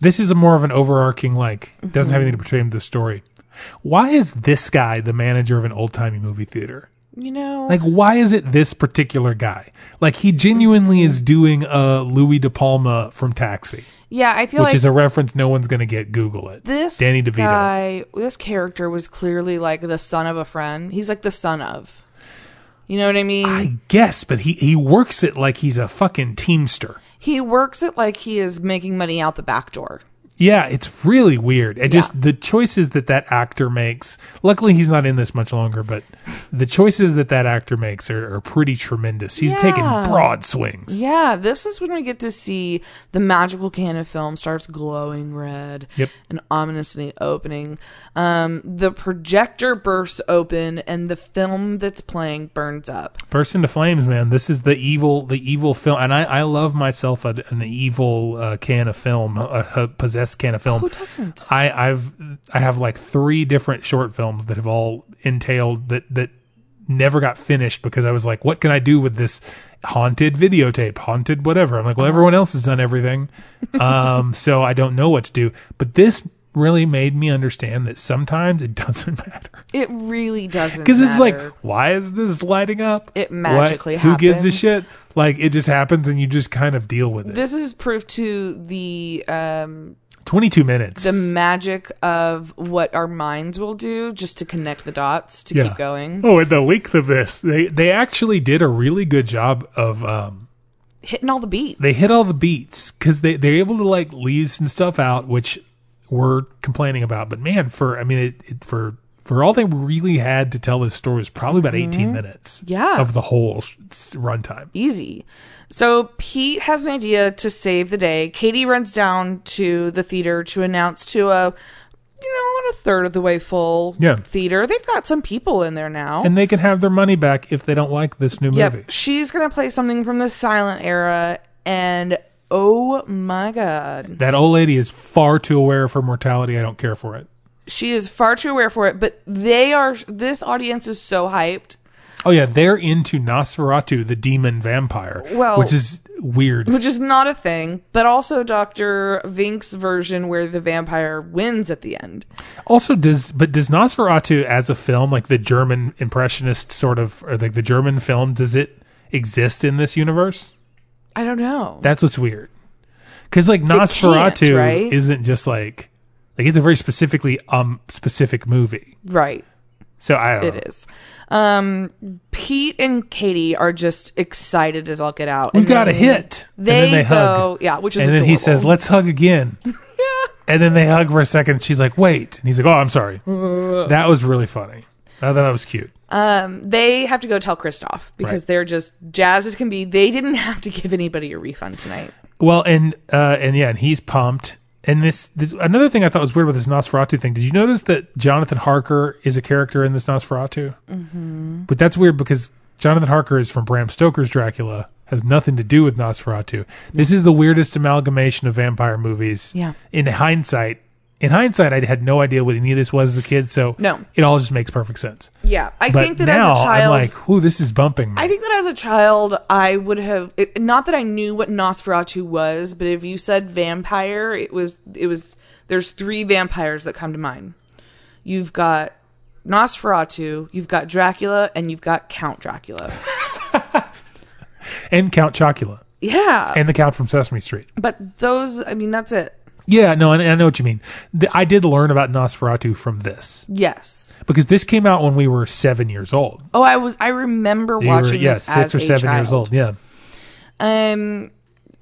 Speaker 7: this is a more of an overarching like doesn't have anything to portray into the story why is this guy the manager of an old-timey movie theater
Speaker 6: you know
Speaker 7: Like, why is it this particular guy? Like, he genuinely is doing a Louis De Palma from Taxi.
Speaker 6: yeah i feel
Speaker 7: which
Speaker 6: like
Speaker 7: is a reference no one's going to get. Google it.
Speaker 6: this
Speaker 7: Danny DeVito.
Speaker 6: guy this character was clearly like the son of a friend he's like the son of you know what i mean
Speaker 7: I guess, but he he works it like he's a fucking teamster.
Speaker 6: he works it like he is making money out the back door
Speaker 7: Yeah, it's really weird. It just the choices that that actor makes. Luckily, he's not in this much longer, but the choices that that actor makes are, are pretty tremendous. He's taking
Speaker 6: Yeah.
Speaker 7: broad swings.
Speaker 6: Yeah, this is when we get to see the magical can of film starts glowing red
Speaker 7: Yep.
Speaker 6: and ominously opening. Um, the projector bursts open and the film that's playing burns up.
Speaker 7: Burst into flames, man. This is the evil, the evil film, and I, I love myself a, an evil uh, can of film, a, a possessed can of film.
Speaker 6: Who doesn't?
Speaker 7: I, I've I have like three different short films that have all entailed that that never got finished because I was like, what can I do with this haunted videotape, haunted whatever? I'm like,
Speaker 6: Uh-huh.
Speaker 7: well, everyone else has done everything.
Speaker 6: *laughs*
Speaker 7: Um, so I don't know what to do. But this really made me understand that sometimes it *laughs* doesn't matter.
Speaker 6: It really doesn't
Speaker 7: Because it's like,
Speaker 6: matter.
Speaker 7: why is this lighting up?
Speaker 6: It magically
Speaker 7: Who gives a
Speaker 6: happens.
Speaker 7: shit? Like, it just happens and you just kind of deal with it.
Speaker 6: this is proof to the um
Speaker 7: 22 minutes.
Speaker 6: the magic of what our minds will do just to connect the dots to keep going.
Speaker 7: Oh, and the length of this. They they actually did a really good job of um
Speaker 6: Hitting all the beats.
Speaker 7: they hit all the beats cuz they they're able to like leave some stuff out which we're complaining about. But man, for I mean it, it for for all they really had to tell this story is probably about 18 minutes
Speaker 6: Mm-hmm. Yeah.
Speaker 7: of the whole sh- s- runtime.
Speaker 6: easy. So Pete has an idea to save the day. Katie runs down to the theater to announce to a you know, on a third of the way full
Speaker 7: Yeah.
Speaker 6: theater. They've got some people in there now.
Speaker 7: And they can have their money back if they don't like this new
Speaker 6: yep.
Speaker 7: movie.
Speaker 6: She's gonna play something from the silent era and oh my god.
Speaker 7: That old lady is far too aware of her mortality. I don't care for it.
Speaker 6: She is far too aware for it, but they are this audience is so hyped.
Speaker 7: Oh yeah, they're into Nosferatu, the demon vampire,
Speaker 6: Well-
Speaker 7: which is weird.
Speaker 6: Which is not a thing, but also Dr. Vink's version where the vampire wins at the end.
Speaker 7: Also, does but does Nosferatu as a film, like the German impressionist sort of, or like the German film, does it exist in this universe?
Speaker 6: I don't know.
Speaker 7: That's what's weird. Because like Nosferatu
Speaker 6: right?
Speaker 7: isn't just like like it's a very specifically um specific movie.
Speaker 6: right.
Speaker 7: So I don't. know.
Speaker 6: It is. Um, Pete and Katie are just excited as all get out.
Speaker 7: We've
Speaker 6: And
Speaker 7: got a
Speaker 6: then
Speaker 7: hit.
Speaker 6: They,
Speaker 7: and then they
Speaker 6: Mm-hmm. go,
Speaker 7: hug.
Speaker 6: yeah, which is
Speaker 7: and then he
Speaker 6: adorable.
Speaker 7: says, "Let's
Speaker 6: *laughs*
Speaker 7: hug again." yeah. And then they hug for a second. She's like, "Wait," and he's like, "Oh,
Speaker 6: *laughs*
Speaker 7: I'm sorry." that was really funny. I thought that was cute.
Speaker 6: um, they have to go tell Kristoff because
Speaker 7: Right.
Speaker 6: they're just jazzed as can be. They didn't have to give anybody a refund tonight.
Speaker 7: Well, and uh, and yeah, and he's pumped. And this, this another thing I thought was weird about this Nosferatu thing. Did you notice that Jonathan Harker is a character in this Nosferatu? Mm-hmm. But that's weird because Jonathan Harker is from Bram Stoker's Dracula, has nothing to do with Nosferatu. This is the weirdest amalgamation of vampire movies.
Speaker 6: Yeah.
Speaker 7: In hindsight, in hindsight, I had no idea what any of this was as a kid, so
Speaker 6: No.
Speaker 7: it all just makes perfect sense.
Speaker 6: Yeah, I
Speaker 7: but
Speaker 6: think that
Speaker 7: now
Speaker 6: as a
Speaker 7: I'm
Speaker 6: child,
Speaker 7: like, "Ooh, this is bumping." Me.
Speaker 6: I think that as a child, I would have it, not that I knew what Nosferatu was, but if you said vampire, it was it was there's three vampires that come to mind. You've got Nosferatu, you've got Dracula, and you've got Count
Speaker 7: *laughs*
Speaker 6: Dracula.
Speaker 7: and Count Chocula
Speaker 6: Yeah,
Speaker 7: and the Count from Sesame Street.
Speaker 6: but those, I mean, that's it.
Speaker 7: Yeah, no, and and I know what you mean. The, I did learn about Nosferatu from this
Speaker 6: Yes.
Speaker 7: because this came out when we were seven years old.
Speaker 6: Oh, I was I remember
Speaker 7: We were,
Speaker 6: watching
Speaker 7: yeah,
Speaker 6: this as
Speaker 7: six or
Speaker 6: a
Speaker 7: seven years
Speaker 6: child.
Speaker 7: old. Yeah,
Speaker 6: Um,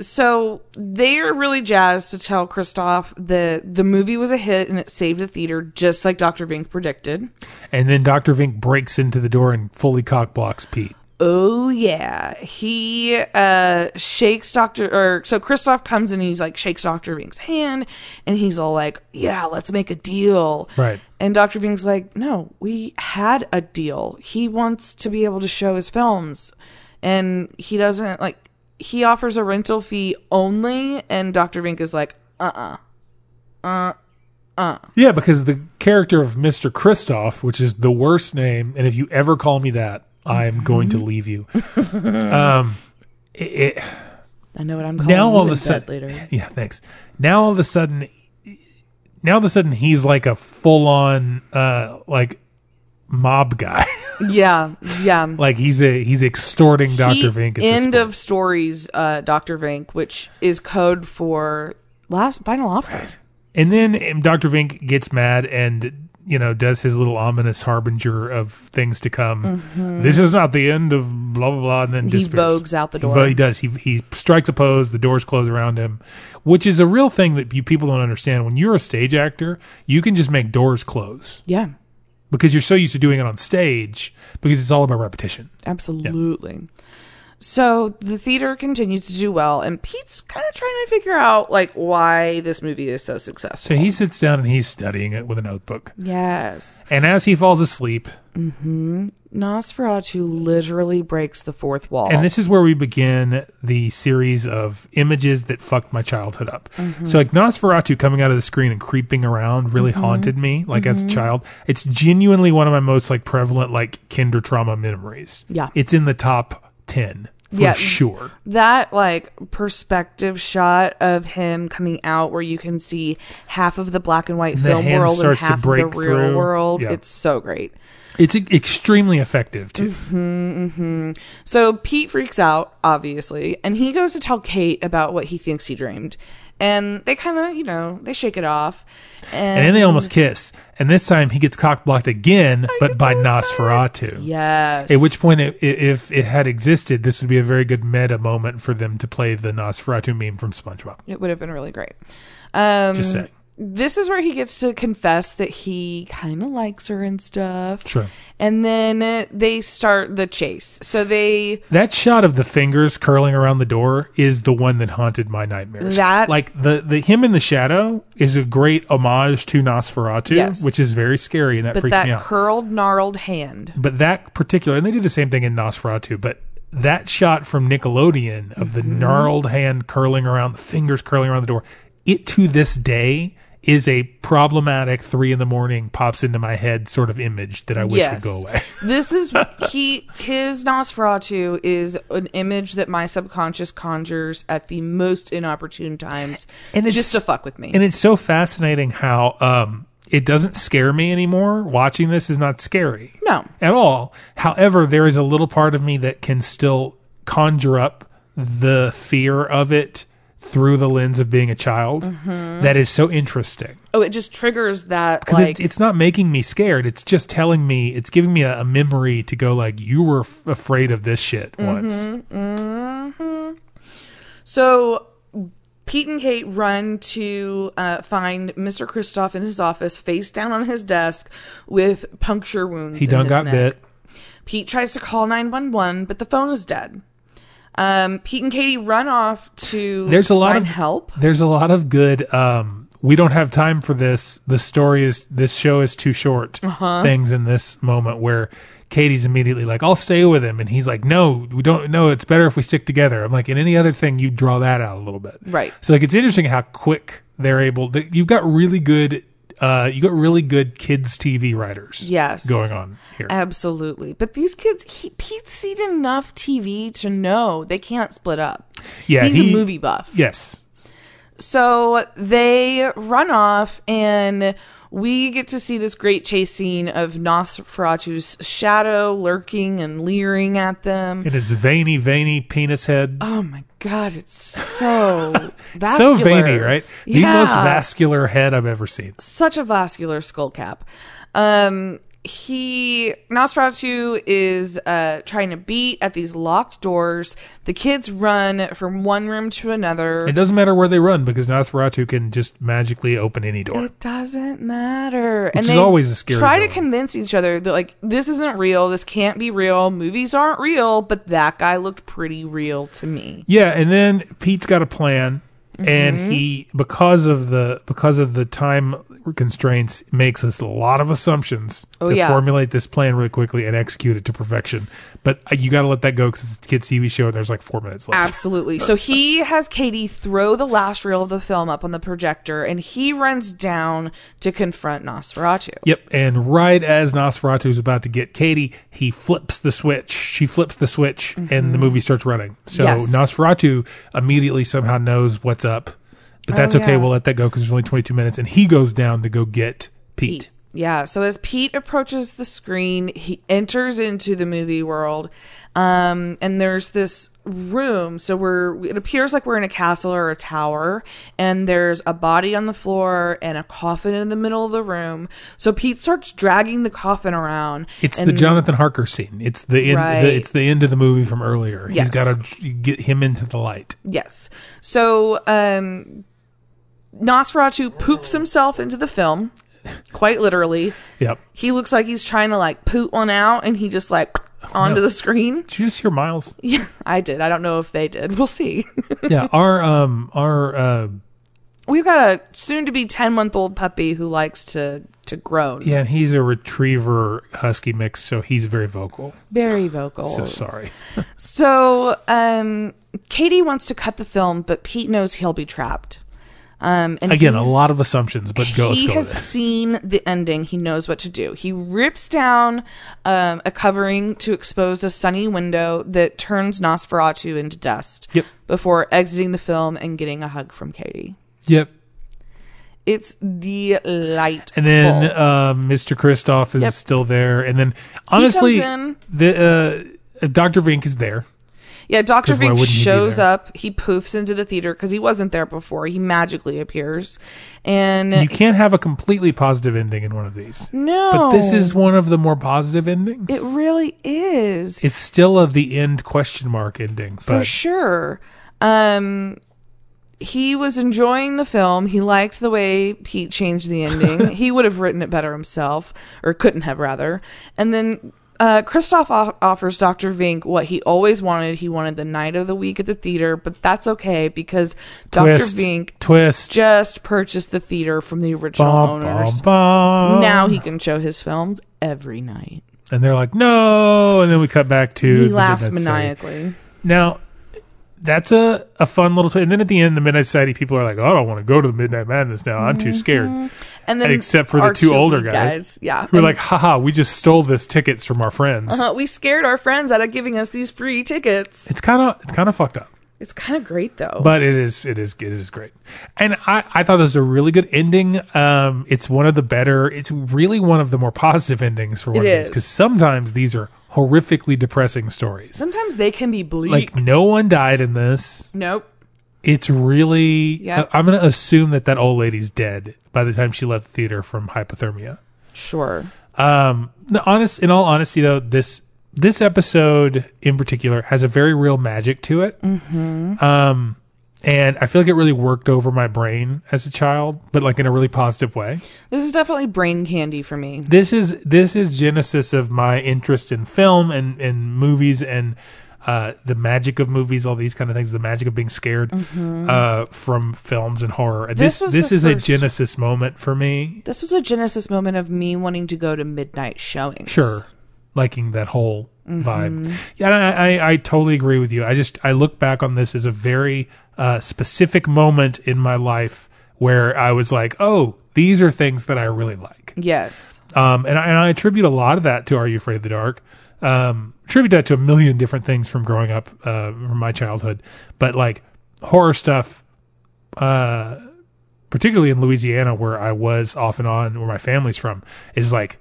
Speaker 6: so they're really jazzed to tell Kristoff that the movie was a hit and it saved the theater, just like Dr. Vink predicted.
Speaker 7: and then Doctor Vink breaks into the door and fully cock blocks Pete.
Speaker 6: Oh yeah, he uh shakes Doctor or so Kristoff comes and he's like shakes Doctor Vink's hand, and he's all like, "Yeah, let's make a deal."
Speaker 7: Right.
Speaker 6: And Doctor Vink's like, "No, we had a deal. He wants to be able to show his films, and he doesn't like. He offers a rental fee only, and Doctor Vink is like, uh-uh.
Speaker 7: Yeah, because the character of Mister Kristoff, which is the worst name, and if you ever call me that, I am going
Speaker 6: *laughs*
Speaker 7: to leave you. um, it, it,
Speaker 6: I know what I'm calling
Speaker 7: now
Speaker 6: you
Speaker 7: all of
Speaker 6: in
Speaker 7: a
Speaker 6: bed
Speaker 7: sudden,
Speaker 6: later.
Speaker 7: *laughs* yeah, thanks. Now all of a sudden, now all of a sudden he's like a full on uh like mob guy. *laughs*
Speaker 6: yeah, yeah."
Speaker 7: like he's a he's extorting
Speaker 6: He-
Speaker 7: Doctor Vink. At this
Speaker 6: end
Speaker 7: point.
Speaker 6: of stories, uh, Doctor Vink, which is code for last final offer.
Speaker 7: and then um, Doctor Vink gets mad and you know does his little ominous harbinger of things to come. This is not the end of blah blah blah, and then
Speaker 6: Mm-hmm. He
Speaker 7: disappears.
Speaker 6: vogues out the
Speaker 7: He
Speaker 6: door.
Speaker 7: vo- He, does. He he strikes a pose. The doors close around him, which is a real thing that you people don't understand. When you're a stage actor, you can just make doors close
Speaker 6: Yeah,
Speaker 7: because you're so used to doing it on stage because it's all about repetition.
Speaker 6: absolutely. So the theater continues to do well, and Pete's kind of trying to figure out like why this movie is so successful.
Speaker 7: So he sits down and he's studying it with a notebook.
Speaker 6: yes,
Speaker 7: And as he falls asleep,
Speaker 6: Nosferatu literally breaks the fourth wall.
Speaker 7: and this is where we begin the series of images that fucked my childhood up.
Speaker 6: Mm-hmm.
Speaker 7: So like Nosferatu coming out of the screen and creeping around really haunted me like as
Speaker 6: Mm-hmm.
Speaker 7: a child. It's genuinely one of my most like prevalent like kinder trauma memories.
Speaker 6: Yeah.
Speaker 7: It's in the top 10 for
Speaker 6: Yeah.
Speaker 7: sure.
Speaker 6: that like perspective shot of him coming out, where you can see half of the black and white
Speaker 7: the
Speaker 6: film
Speaker 7: hand
Speaker 6: world and
Speaker 7: starts to
Speaker 6: half of the
Speaker 7: break
Speaker 6: real
Speaker 7: through.
Speaker 6: world,
Speaker 7: Yeah.
Speaker 6: it's so great.
Speaker 7: It's e- extremely effective
Speaker 6: Mm-hmm.
Speaker 7: too.
Speaker 6: So Pete freaks out, obviously, and he goes to tell Kate about what he thinks he dreamed. And they kind of, you know, they shake it off. And,
Speaker 7: And then they almost kiss. And this time he gets cock blocked again, but by Nosferatu.
Speaker 6: Yes.
Speaker 7: At which point, it, i if it had existed, this would be a very good meta moment for them to play the Nosferatu meme from SpongeBob.
Speaker 6: It would have been really great. Um,
Speaker 7: Just saying.
Speaker 6: This is where he gets to confess that he kind of likes her and stuff.
Speaker 7: Sure.
Speaker 6: And then uh, they start the chase. So they,
Speaker 7: That shot of the fingers curling around the door is the one that haunted my nightmares.
Speaker 6: That-
Speaker 7: like the the him in the shadow is a great homage to Nosferatu,
Speaker 6: Yes.
Speaker 7: which is very scary and that
Speaker 6: but
Speaker 7: freaks
Speaker 6: that
Speaker 7: me out.
Speaker 6: curled, gnarled hand.
Speaker 7: but that particular, and they do the same thing in Nosferatu, but that shot from Nickelodeon of the gnarled hand curling around, the fingers curling around the door, it to this day is a problematic three in the morning pops into my head sort of image that I wish would go away. *laughs*
Speaker 6: this is he his Nosferatu is an image that my subconscious conjures at the most inopportune times,
Speaker 7: And it's-
Speaker 6: just to fuck with me.
Speaker 7: And it's so fascinating how um, it doesn't scare me anymore. Watching this is not scary.
Speaker 6: No.
Speaker 7: At all. However, there is a little part of me that can still conjure up the fear of it through the lens of being a child. That is so interesting
Speaker 6: oh, it just triggers that
Speaker 7: because
Speaker 6: Mm-hmm. like
Speaker 7: it, it's not making me scared. It's just telling me, it's giving me a, a memory to go like, you were f- afraid of this shit once.
Speaker 6: Mm-hmm. So Pete and Kate run to uh, find Mr. Kristoff in his office, face down on his desk with puncture wounds.
Speaker 7: He
Speaker 6: in
Speaker 7: done
Speaker 6: his
Speaker 7: got
Speaker 6: neck.
Speaker 7: bit.
Speaker 6: Pete tries to call 911, but the phone is dead. Um, Pete and Katie run off to
Speaker 7: There's a lot
Speaker 6: find
Speaker 7: of
Speaker 6: help.
Speaker 7: There's a lot of good. Um, we don't have time for this. The story is this show is too short.
Speaker 6: Uh-huh.
Speaker 7: Things in this moment where Katie's immediately like, "I'll stay with him," and he's like, "No, we don't. No, it's better if we stick together." I'm like, in any other thing, you draw that out a little bit,
Speaker 6: Right.
Speaker 7: So like, it's interesting how quick they're able. That you've got really good. Uh, you got really good kids TV writers.
Speaker 6: Yes. Uh,
Speaker 7: going on here.
Speaker 6: Absolutely. But these kids, he, Pete's seen enough TV to know they can't split up.
Speaker 7: yeah,
Speaker 6: He's
Speaker 7: he-
Speaker 6: a movie buff.
Speaker 7: Yes,
Speaker 6: So they run off, and we get to see this great chase scene of Nosferatu's shadow lurking and leering at them.
Speaker 7: and it's veiny, veiny penis head.
Speaker 6: Oh my god, it's so vascular.
Speaker 7: *laughs* so veiny, right?
Speaker 6: yeah,
Speaker 7: The most vascular head I've ever seen.
Speaker 6: such a vascular skull cap. Um, he Nosferatu is uh trying to beat at these locked doors. The kids run from one room to another.
Speaker 7: It doesn't matter where they run because Nosferatu can just magically open any door.
Speaker 6: It doesn't matter. and
Speaker 7: is
Speaker 6: they
Speaker 7: always a scary
Speaker 6: Try to
Speaker 7: villain.
Speaker 6: convince each other that like this isn't real. This can't be real. Movies aren't real. But that guy looked pretty real to me.
Speaker 7: Yeah, and then Pete's got a plan
Speaker 6: Mm-hmm.
Speaker 7: and he because of the because of the time constraints makes us a lot of assumptions
Speaker 6: Oh,
Speaker 7: to
Speaker 6: yeah.
Speaker 7: formulate this plan really quickly and execute it to perfection. But uh, you got to let that go cuz it's a kids TV show and there's like 4 minutes left.
Speaker 6: Absolutely. So he has Katie throw the last reel of the film up on the projector, and he runs down to confront Nosferatu.
Speaker 7: Yep, and right as Nosferatu's about to get Katie, he flips the switch. She flips the switch, and the movie starts running. So
Speaker 6: Mm-hmm. Yes.
Speaker 7: Nosferatu immediately somehow knows what's up, but that's
Speaker 6: Oh,
Speaker 7: okay.
Speaker 6: yeah.
Speaker 7: We'll let that go because there's only 22 minutes, and he goes down to go get Pete.
Speaker 6: Yeah. So as Pete approaches the screen, he enters into the movie world. Um, and there's this room. So we're, it appears like we're in a castle or a tower. And there's a body on the floor and a coffin in the middle of the room. So Pete starts dragging the coffin around.
Speaker 7: It's the
Speaker 6: and-
Speaker 7: Jonathan Harker scene. It's the, end,
Speaker 6: Right.
Speaker 7: the it's the end of the movie from earlier.
Speaker 6: Yes.
Speaker 7: He's got to get him into the light.
Speaker 6: Yes. So um, Nosferatu poofs himself into the film, quite literally.
Speaker 7: Yep.
Speaker 6: He looks like he's trying to like poot one out and he just like onto
Speaker 7: Oh, no.
Speaker 6: the screen.
Speaker 7: Did you just hear Miles?
Speaker 6: *laughs* Yeah, I did. I don't know if they did. We'll see. *laughs*
Speaker 7: yeah, our um our uh
Speaker 6: We've got a soon to be 10 month old puppy who likes to to groan.
Speaker 7: yeah, and he's a retriever husky mix, so he's very vocal.
Speaker 6: Very vocal.
Speaker 7: So sorry.
Speaker 6: So, um, Katie wants to cut the film, but Pete knows he'll be trapped. Um, and
Speaker 7: *laughs* Again, a
Speaker 6: he's-
Speaker 7: lot of assumptions, but go let's
Speaker 6: he
Speaker 7: go
Speaker 6: has
Speaker 7: with it.
Speaker 6: seen the ending. He knows what to do. He rips down um, a covering to expose a sunny window that turns Nosferatu into dust
Speaker 7: Yep.
Speaker 6: before exiting the film and getting a hug from Katie.
Speaker 7: Yep.
Speaker 6: It's delightful.
Speaker 7: And then uh, Mr. Kristoff is
Speaker 6: Yep.
Speaker 7: still there, and then honestly,
Speaker 6: comes in.
Speaker 7: the uh, Doctor Vink is there.
Speaker 6: yeah, Doctor
Speaker 7: 'cause why
Speaker 6: Vink
Speaker 7: wouldn't he be
Speaker 6: shows
Speaker 7: there?
Speaker 6: up. He poofs into the theater because he wasn't there before. He magically appears, and
Speaker 7: You can't have a completely positive ending in one of these.
Speaker 6: no,
Speaker 7: But this is one of the more positive endings.
Speaker 6: it really is.
Speaker 7: it's still a the end question mark ending,
Speaker 6: for
Speaker 7: but
Speaker 6: sure. Um, he was enjoying the film. He liked the way Pete changed the
Speaker 7: *laughs*
Speaker 6: ending. he would have written it better himself, or couldn't have rather. And then uh, Christoph off- offers Doctor Vink what he always wanted. He wanted the night of the week at the theater, but that's okay because Doctor
Speaker 7: twist,
Speaker 6: Vink
Speaker 7: twist,
Speaker 6: just purchased the theater from the original
Speaker 7: bum, bum,
Speaker 6: owners.
Speaker 7: bum.
Speaker 6: Now he can show his films every night.
Speaker 7: and they're like, no, and then we cut back to
Speaker 6: He
Speaker 7: the
Speaker 6: laughs
Speaker 7: Midnight Society.
Speaker 6: maniacally.
Speaker 7: Now, that's a, a fun little twist. And then at the end, the Midnight Society people are like, oh, I don't want to go to the Midnight Madness now. I'm
Speaker 6: Mm-hmm.
Speaker 7: too scared.
Speaker 6: And then
Speaker 7: Except for the
Speaker 6: our
Speaker 7: two older
Speaker 6: lead
Speaker 7: guys
Speaker 6: Yeah.
Speaker 7: We're
Speaker 6: and-
Speaker 7: like, haha, we just stole this tickets from our friends.
Speaker 6: *laughs* Uh, we scared our friends out of giving us these free tickets.
Speaker 7: It's kind of it's kind of fucked up,
Speaker 6: It's kind of great though.
Speaker 7: but it is it is it is great, and I I thought this was a really good ending. Um, it's one of the better. It's really one of the more positive endings for
Speaker 6: It
Speaker 7: one of these
Speaker 6: is.
Speaker 7: because sometimes these are horrifically depressing stories.
Speaker 6: Sometimes they can be bleak.
Speaker 7: Like no one died in this.
Speaker 6: nope.
Speaker 7: it's really
Speaker 6: Yeah.
Speaker 7: I- i'm gonna assume that that old lady's dead by the time she left the theater from hypothermia
Speaker 6: Sure.
Speaker 7: um no, honest in all honesty though this this episode in particular has a very real magic to it mm-hmm. um and i feel like it really worked over my brain as a child but like in a really positive way
Speaker 6: This is definitely brain candy for me.
Speaker 7: this is this is genesis of my interest in film and and movies and uh, the magic of movies, all these kind of things, the magic of being scared uh, from films and horror. This
Speaker 6: Mm-hmm. This
Speaker 7: this,
Speaker 6: was the
Speaker 7: is a
Speaker 6: first-
Speaker 7: genesis moment for me.
Speaker 6: This was a genesis moment of me wanting to go to midnight showings.
Speaker 7: Sure, liking that whole
Speaker 6: Mm-hmm.
Speaker 7: vibe. Yeah, I, I I totally agree with you. I just I look back on this as a very uh, specific moment in my life where I was like, oh, these are things that I really like.
Speaker 6: Yes.
Speaker 7: Um, and, I, and I attribute a lot of that to Are You Afraid of the Dark? Um, attribute that to a million different things from growing up, uh, from my childhood. But like horror stuff, uh, particularly in Louisiana, where I was off and on, where my family's from, is like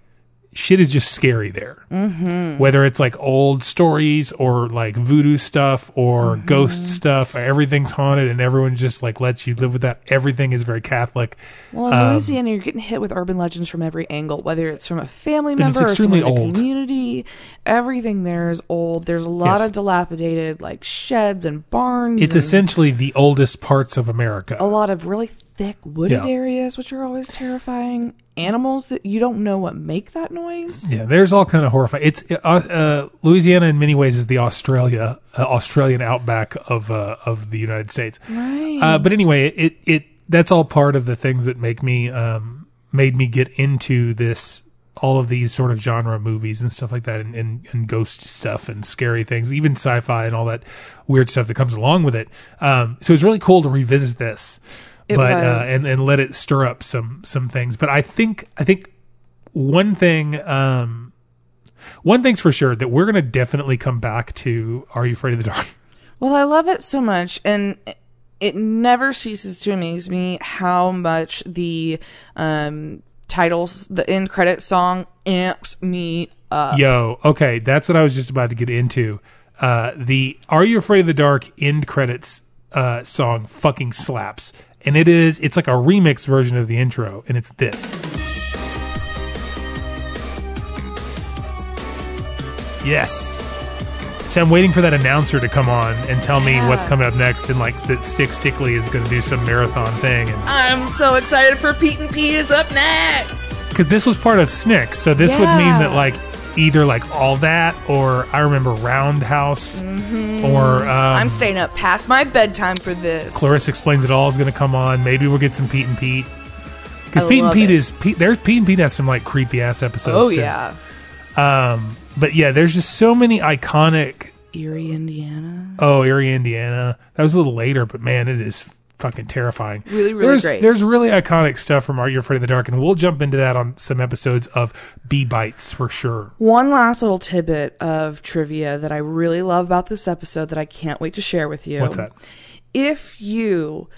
Speaker 7: shit is just scary there. Mm-hmm. Whether it's like old stories or like voodoo stuff or ghost stuff, everything's haunted and everyone just like lets you live with that. Everything is very Catholic.
Speaker 6: Well, in
Speaker 7: Um,
Speaker 6: Louisiana, you're getting hit with urban legends from every angle, whether it's from a family
Speaker 7: And it's
Speaker 6: member or someone
Speaker 7: extremely
Speaker 6: in the
Speaker 7: old.
Speaker 6: community. Everything there is old. There's a lot
Speaker 7: Yes.
Speaker 6: of dilapidated like sheds and barns.
Speaker 7: It's
Speaker 6: and
Speaker 7: essentially the oldest parts of America.
Speaker 6: a lot of really thick wooded
Speaker 7: Yeah.
Speaker 6: areas, which are always terrifying. Animals that you don't know what make that noise.
Speaker 7: Yeah, there's all kind of horrifying. It's uh, uh, Louisiana in many ways is the Australia uh, Australian outback of uh, of the United States.
Speaker 6: Right.
Speaker 7: Uh, but anyway, it it that's all part of the things that make me um, made me get into this all of these sort of genre movies and stuff like that and, and, and ghost stuff and scary things even sci-fi and all that weird stuff that comes along with it um, so it's really cool to revisit this
Speaker 6: It
Speaker 7: but Uh,
Speaker 6: was.
Speaker 7: and, and let it stir up some some things but i think i think one thing um one thing's for sure that we're gonna definitely come back to are you afraid of the dark
Speaker 6: Well, I love it so much, and it never ceases to amaze me how much the um, titles, the end credit song, amps me up.
Speaker 7: Yo, okay, that's what I was just about to get into. Uh, the "Are You Afraid of the Dark" end credits uh, song fucking slaps, and it is it's like a remix version of the intro, and it's this. Yes. See, I'm waiting for that announcer to come on and tell me what's coming up next, and like that Stick Stickley is going to do some marathon thing, and
Speaker 6: I'm so excited for Pete and Pete is up next.
Speaker 7: because this was part of SNCC, so this would mean
Speaker 6: Yeah.
Speaker 7: that like either like all that or I remember Roundhouse or um,
Speaker 8: Mm-hmm. I'm staying up past my bedtime for this.
Speaker 7: Clarissa explains it all is going to come on. Maybe we'll get some Pete and Pete because
Speaker 8: I
Speaker 7: Pete and
Speaker 8: love
Speaker 7: Pete
Speaker 8: it.
Speaker 7: is Pete, there's Pete and Pete has some like creepy ass episodes.
Speaker 8: oh
Speaker 7: too.
Speaker 8: yeah,
Speaker 7: but yeah, there's just so many iconic.
Speaker 8: Erie, Indiana.
Speaker 7: Oh, Erie, Indiana. That was a little later, but man, it is fucking terrifying.
Speaker 8: Really, really
Speaker 7: there's,
Speaker 8: great.
Speaker 7: There's really iconic stuff from Are You Afraid of the Dark, and we'll jump into that on some episodes of Bee Bites for sure.
Speaker 6: One last little tidbit of trivia that I really love about this episode that I can't wait to share with you.
Speaker 7: What's that?
Speaker 6: If you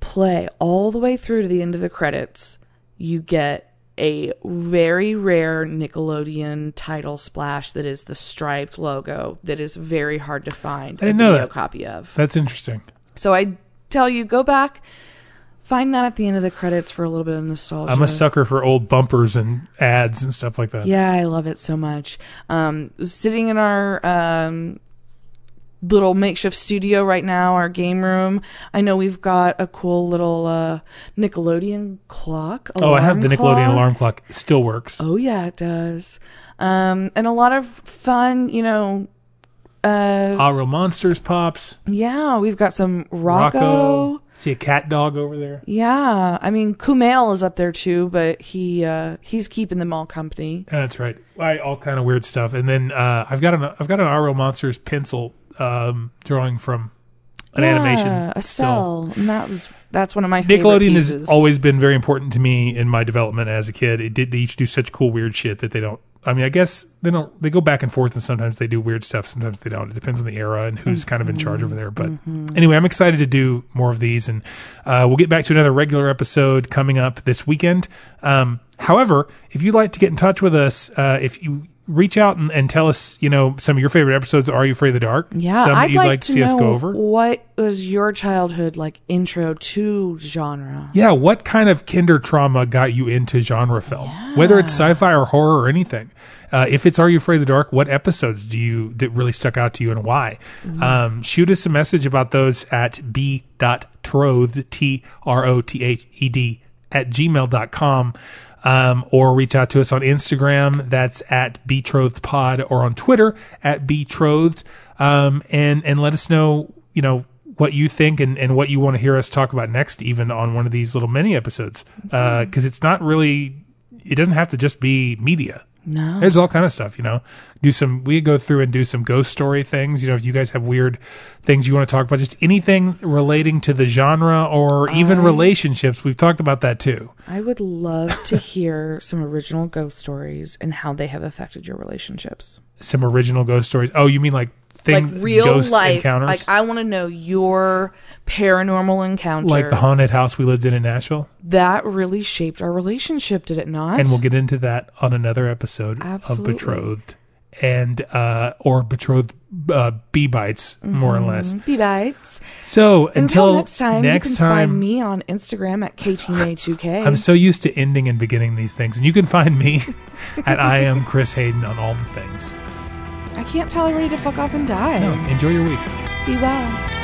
Speaker 6: play all the way through to the end of the credits, you get a very rare Nickelodeon title splash that is the striped logo that is very hard to find
Speaker 7: didn't
Speaker 6: a
Speaker 7: know
Speaker 6: video
Speaker 7: that.
Speaker 6: copy of.
Speaker 7: That's interesting.
Speaker 6: So I tell you, go back, find that at the end of the credits for a little bit of nostalgia.
Speaker 7: I'm a sucker for old bumpers and ads and stuff like that.
Speaker 6: Yeah, I love it so much. Um, sitting in our um, little makeshift studio right now, our game room. I know we've got a cool little uh, Nickelodeon clock.
Speaker 7: Oh, I have
Speaker 6: alarm
Speaker 7: the Nickelodeon
Speaker 6: clock.
Speaker 7: alarm clock. It still works.
Speaker 6: Oh yeah, it does. Um, and a lot of fun, you know. Uh,
Speaker 7: Ah, real monsters pops.
Speaker 6: yeah, we've got some
Speaker 7: Rocco.
Speaker 6: Rocco.
Speaker 7: See a cat dog over there.
Speaker 6: Yeah, I mean Kumail is up there too, but he uh, he's keeping them all company.
Speaker 7: That's right. I, all kind of weird stuff. And then uh, I've got an I've got an RL Monsters pencil um, drawing from an animation.
Speaker 6: Yeah, a
Speaker 7: still.
Speaker 6: cell, and that was that's one of my favorite
Speaker 7: Nickelodeon has
Speaker 6: pieces.
Speaker 7: always been very important to me in my development as a kid. It did they each do such cool weird shit that they don't. I mean, I guess they don't. They go back and forth, and sometimes they do weird stuff. Sometimes they don't. It depends on the era and who's kind of in charge over there. But
Speaker 6: Mm-hmm.
Speaker 7: anyway, I'm excited to do more of these, and uh, we'll get back to another regular episode coming up this weekend. Um, however, if you'd like to get in touch with us, uh, if you reach out and, and tell us, you know, some of your favorite episodes. Are you afraid of the dark?
Speaker 6: Yeah,
Speaker 7: some
Speaker 6: I'd
Speaker 7: that you'd
Speaker 6: like,
Speaker 7: like to see us go
Speaker 6: know
Speaker 7: over.
Speaker 6: What was your childhood like intro to genre?
Speaker 7: Yeah, what kind of kinder trauma got you into genre film? Whether it's sci-fi or horror or anything. Uh, if it's Are You Afraid of the Dark, what episodes do you that really stuck out to you and why? Um, shoot us a message about those at b.trothed, T-R-O-T-H-E-D, at gmail.com. Um, or reach out to us on Instagram. That's at betrothedpod or on Twitter at betrothed. Um, and, and let us know, you know, what you think and, and what you want to hear us talk about next, even on one of these little mini episodes. Because it's not really, it doesn't have to just be media. No. There's all kind of stuff, you know. Do some we go through and do some ghost story things, you know, if you guys have weird things you want to talk about, just anything relating to the genre or
Speaker 6: Um,
Speaker 7: even relationships. We've talked about that too.
Speaker 6: I would love
Speaker 7: *laughs*
Speaker 6: to hear some original ghost stories and how they have affected your relationships.
Speaker 7: Some original ghost stories. Oh, you mean like
Speaker 8: Like
Speaker 7: thing
Speaker 8: real
Speaker 7: ghost
Speaker 8: life.
Speaker 7: encounters?
Speaker 6: Like I want to know your paranormal encounter.
Speaker 7: like the haunted house we lived in in Nashville?
Speaker 6: that really shaped our relationship, did it not?
Speaker 7: and we'll get into that on another episode
Speaker 6: Absolutely.
Speaker 7: of betrothed and uh or betrothed uh bee bites more or less
Speaker 6: be bites.
Speaker 7: so until,
Speaker 6: Mm-hmm. Until, next time,
Speaker 7: next
Speaker 6: you can
Speaker 7: time
Speaker 6: find me on Instagram at ktmay2k.
Speaker 7: i'm so used to ending and beginning these things and you can find me *laughs* at i am chris hayden on all the things
Speaker 6: I can't tell everybody to fuck off and die.
Speaker 7: Oh, enjoy your week
Speaker 6: Be well.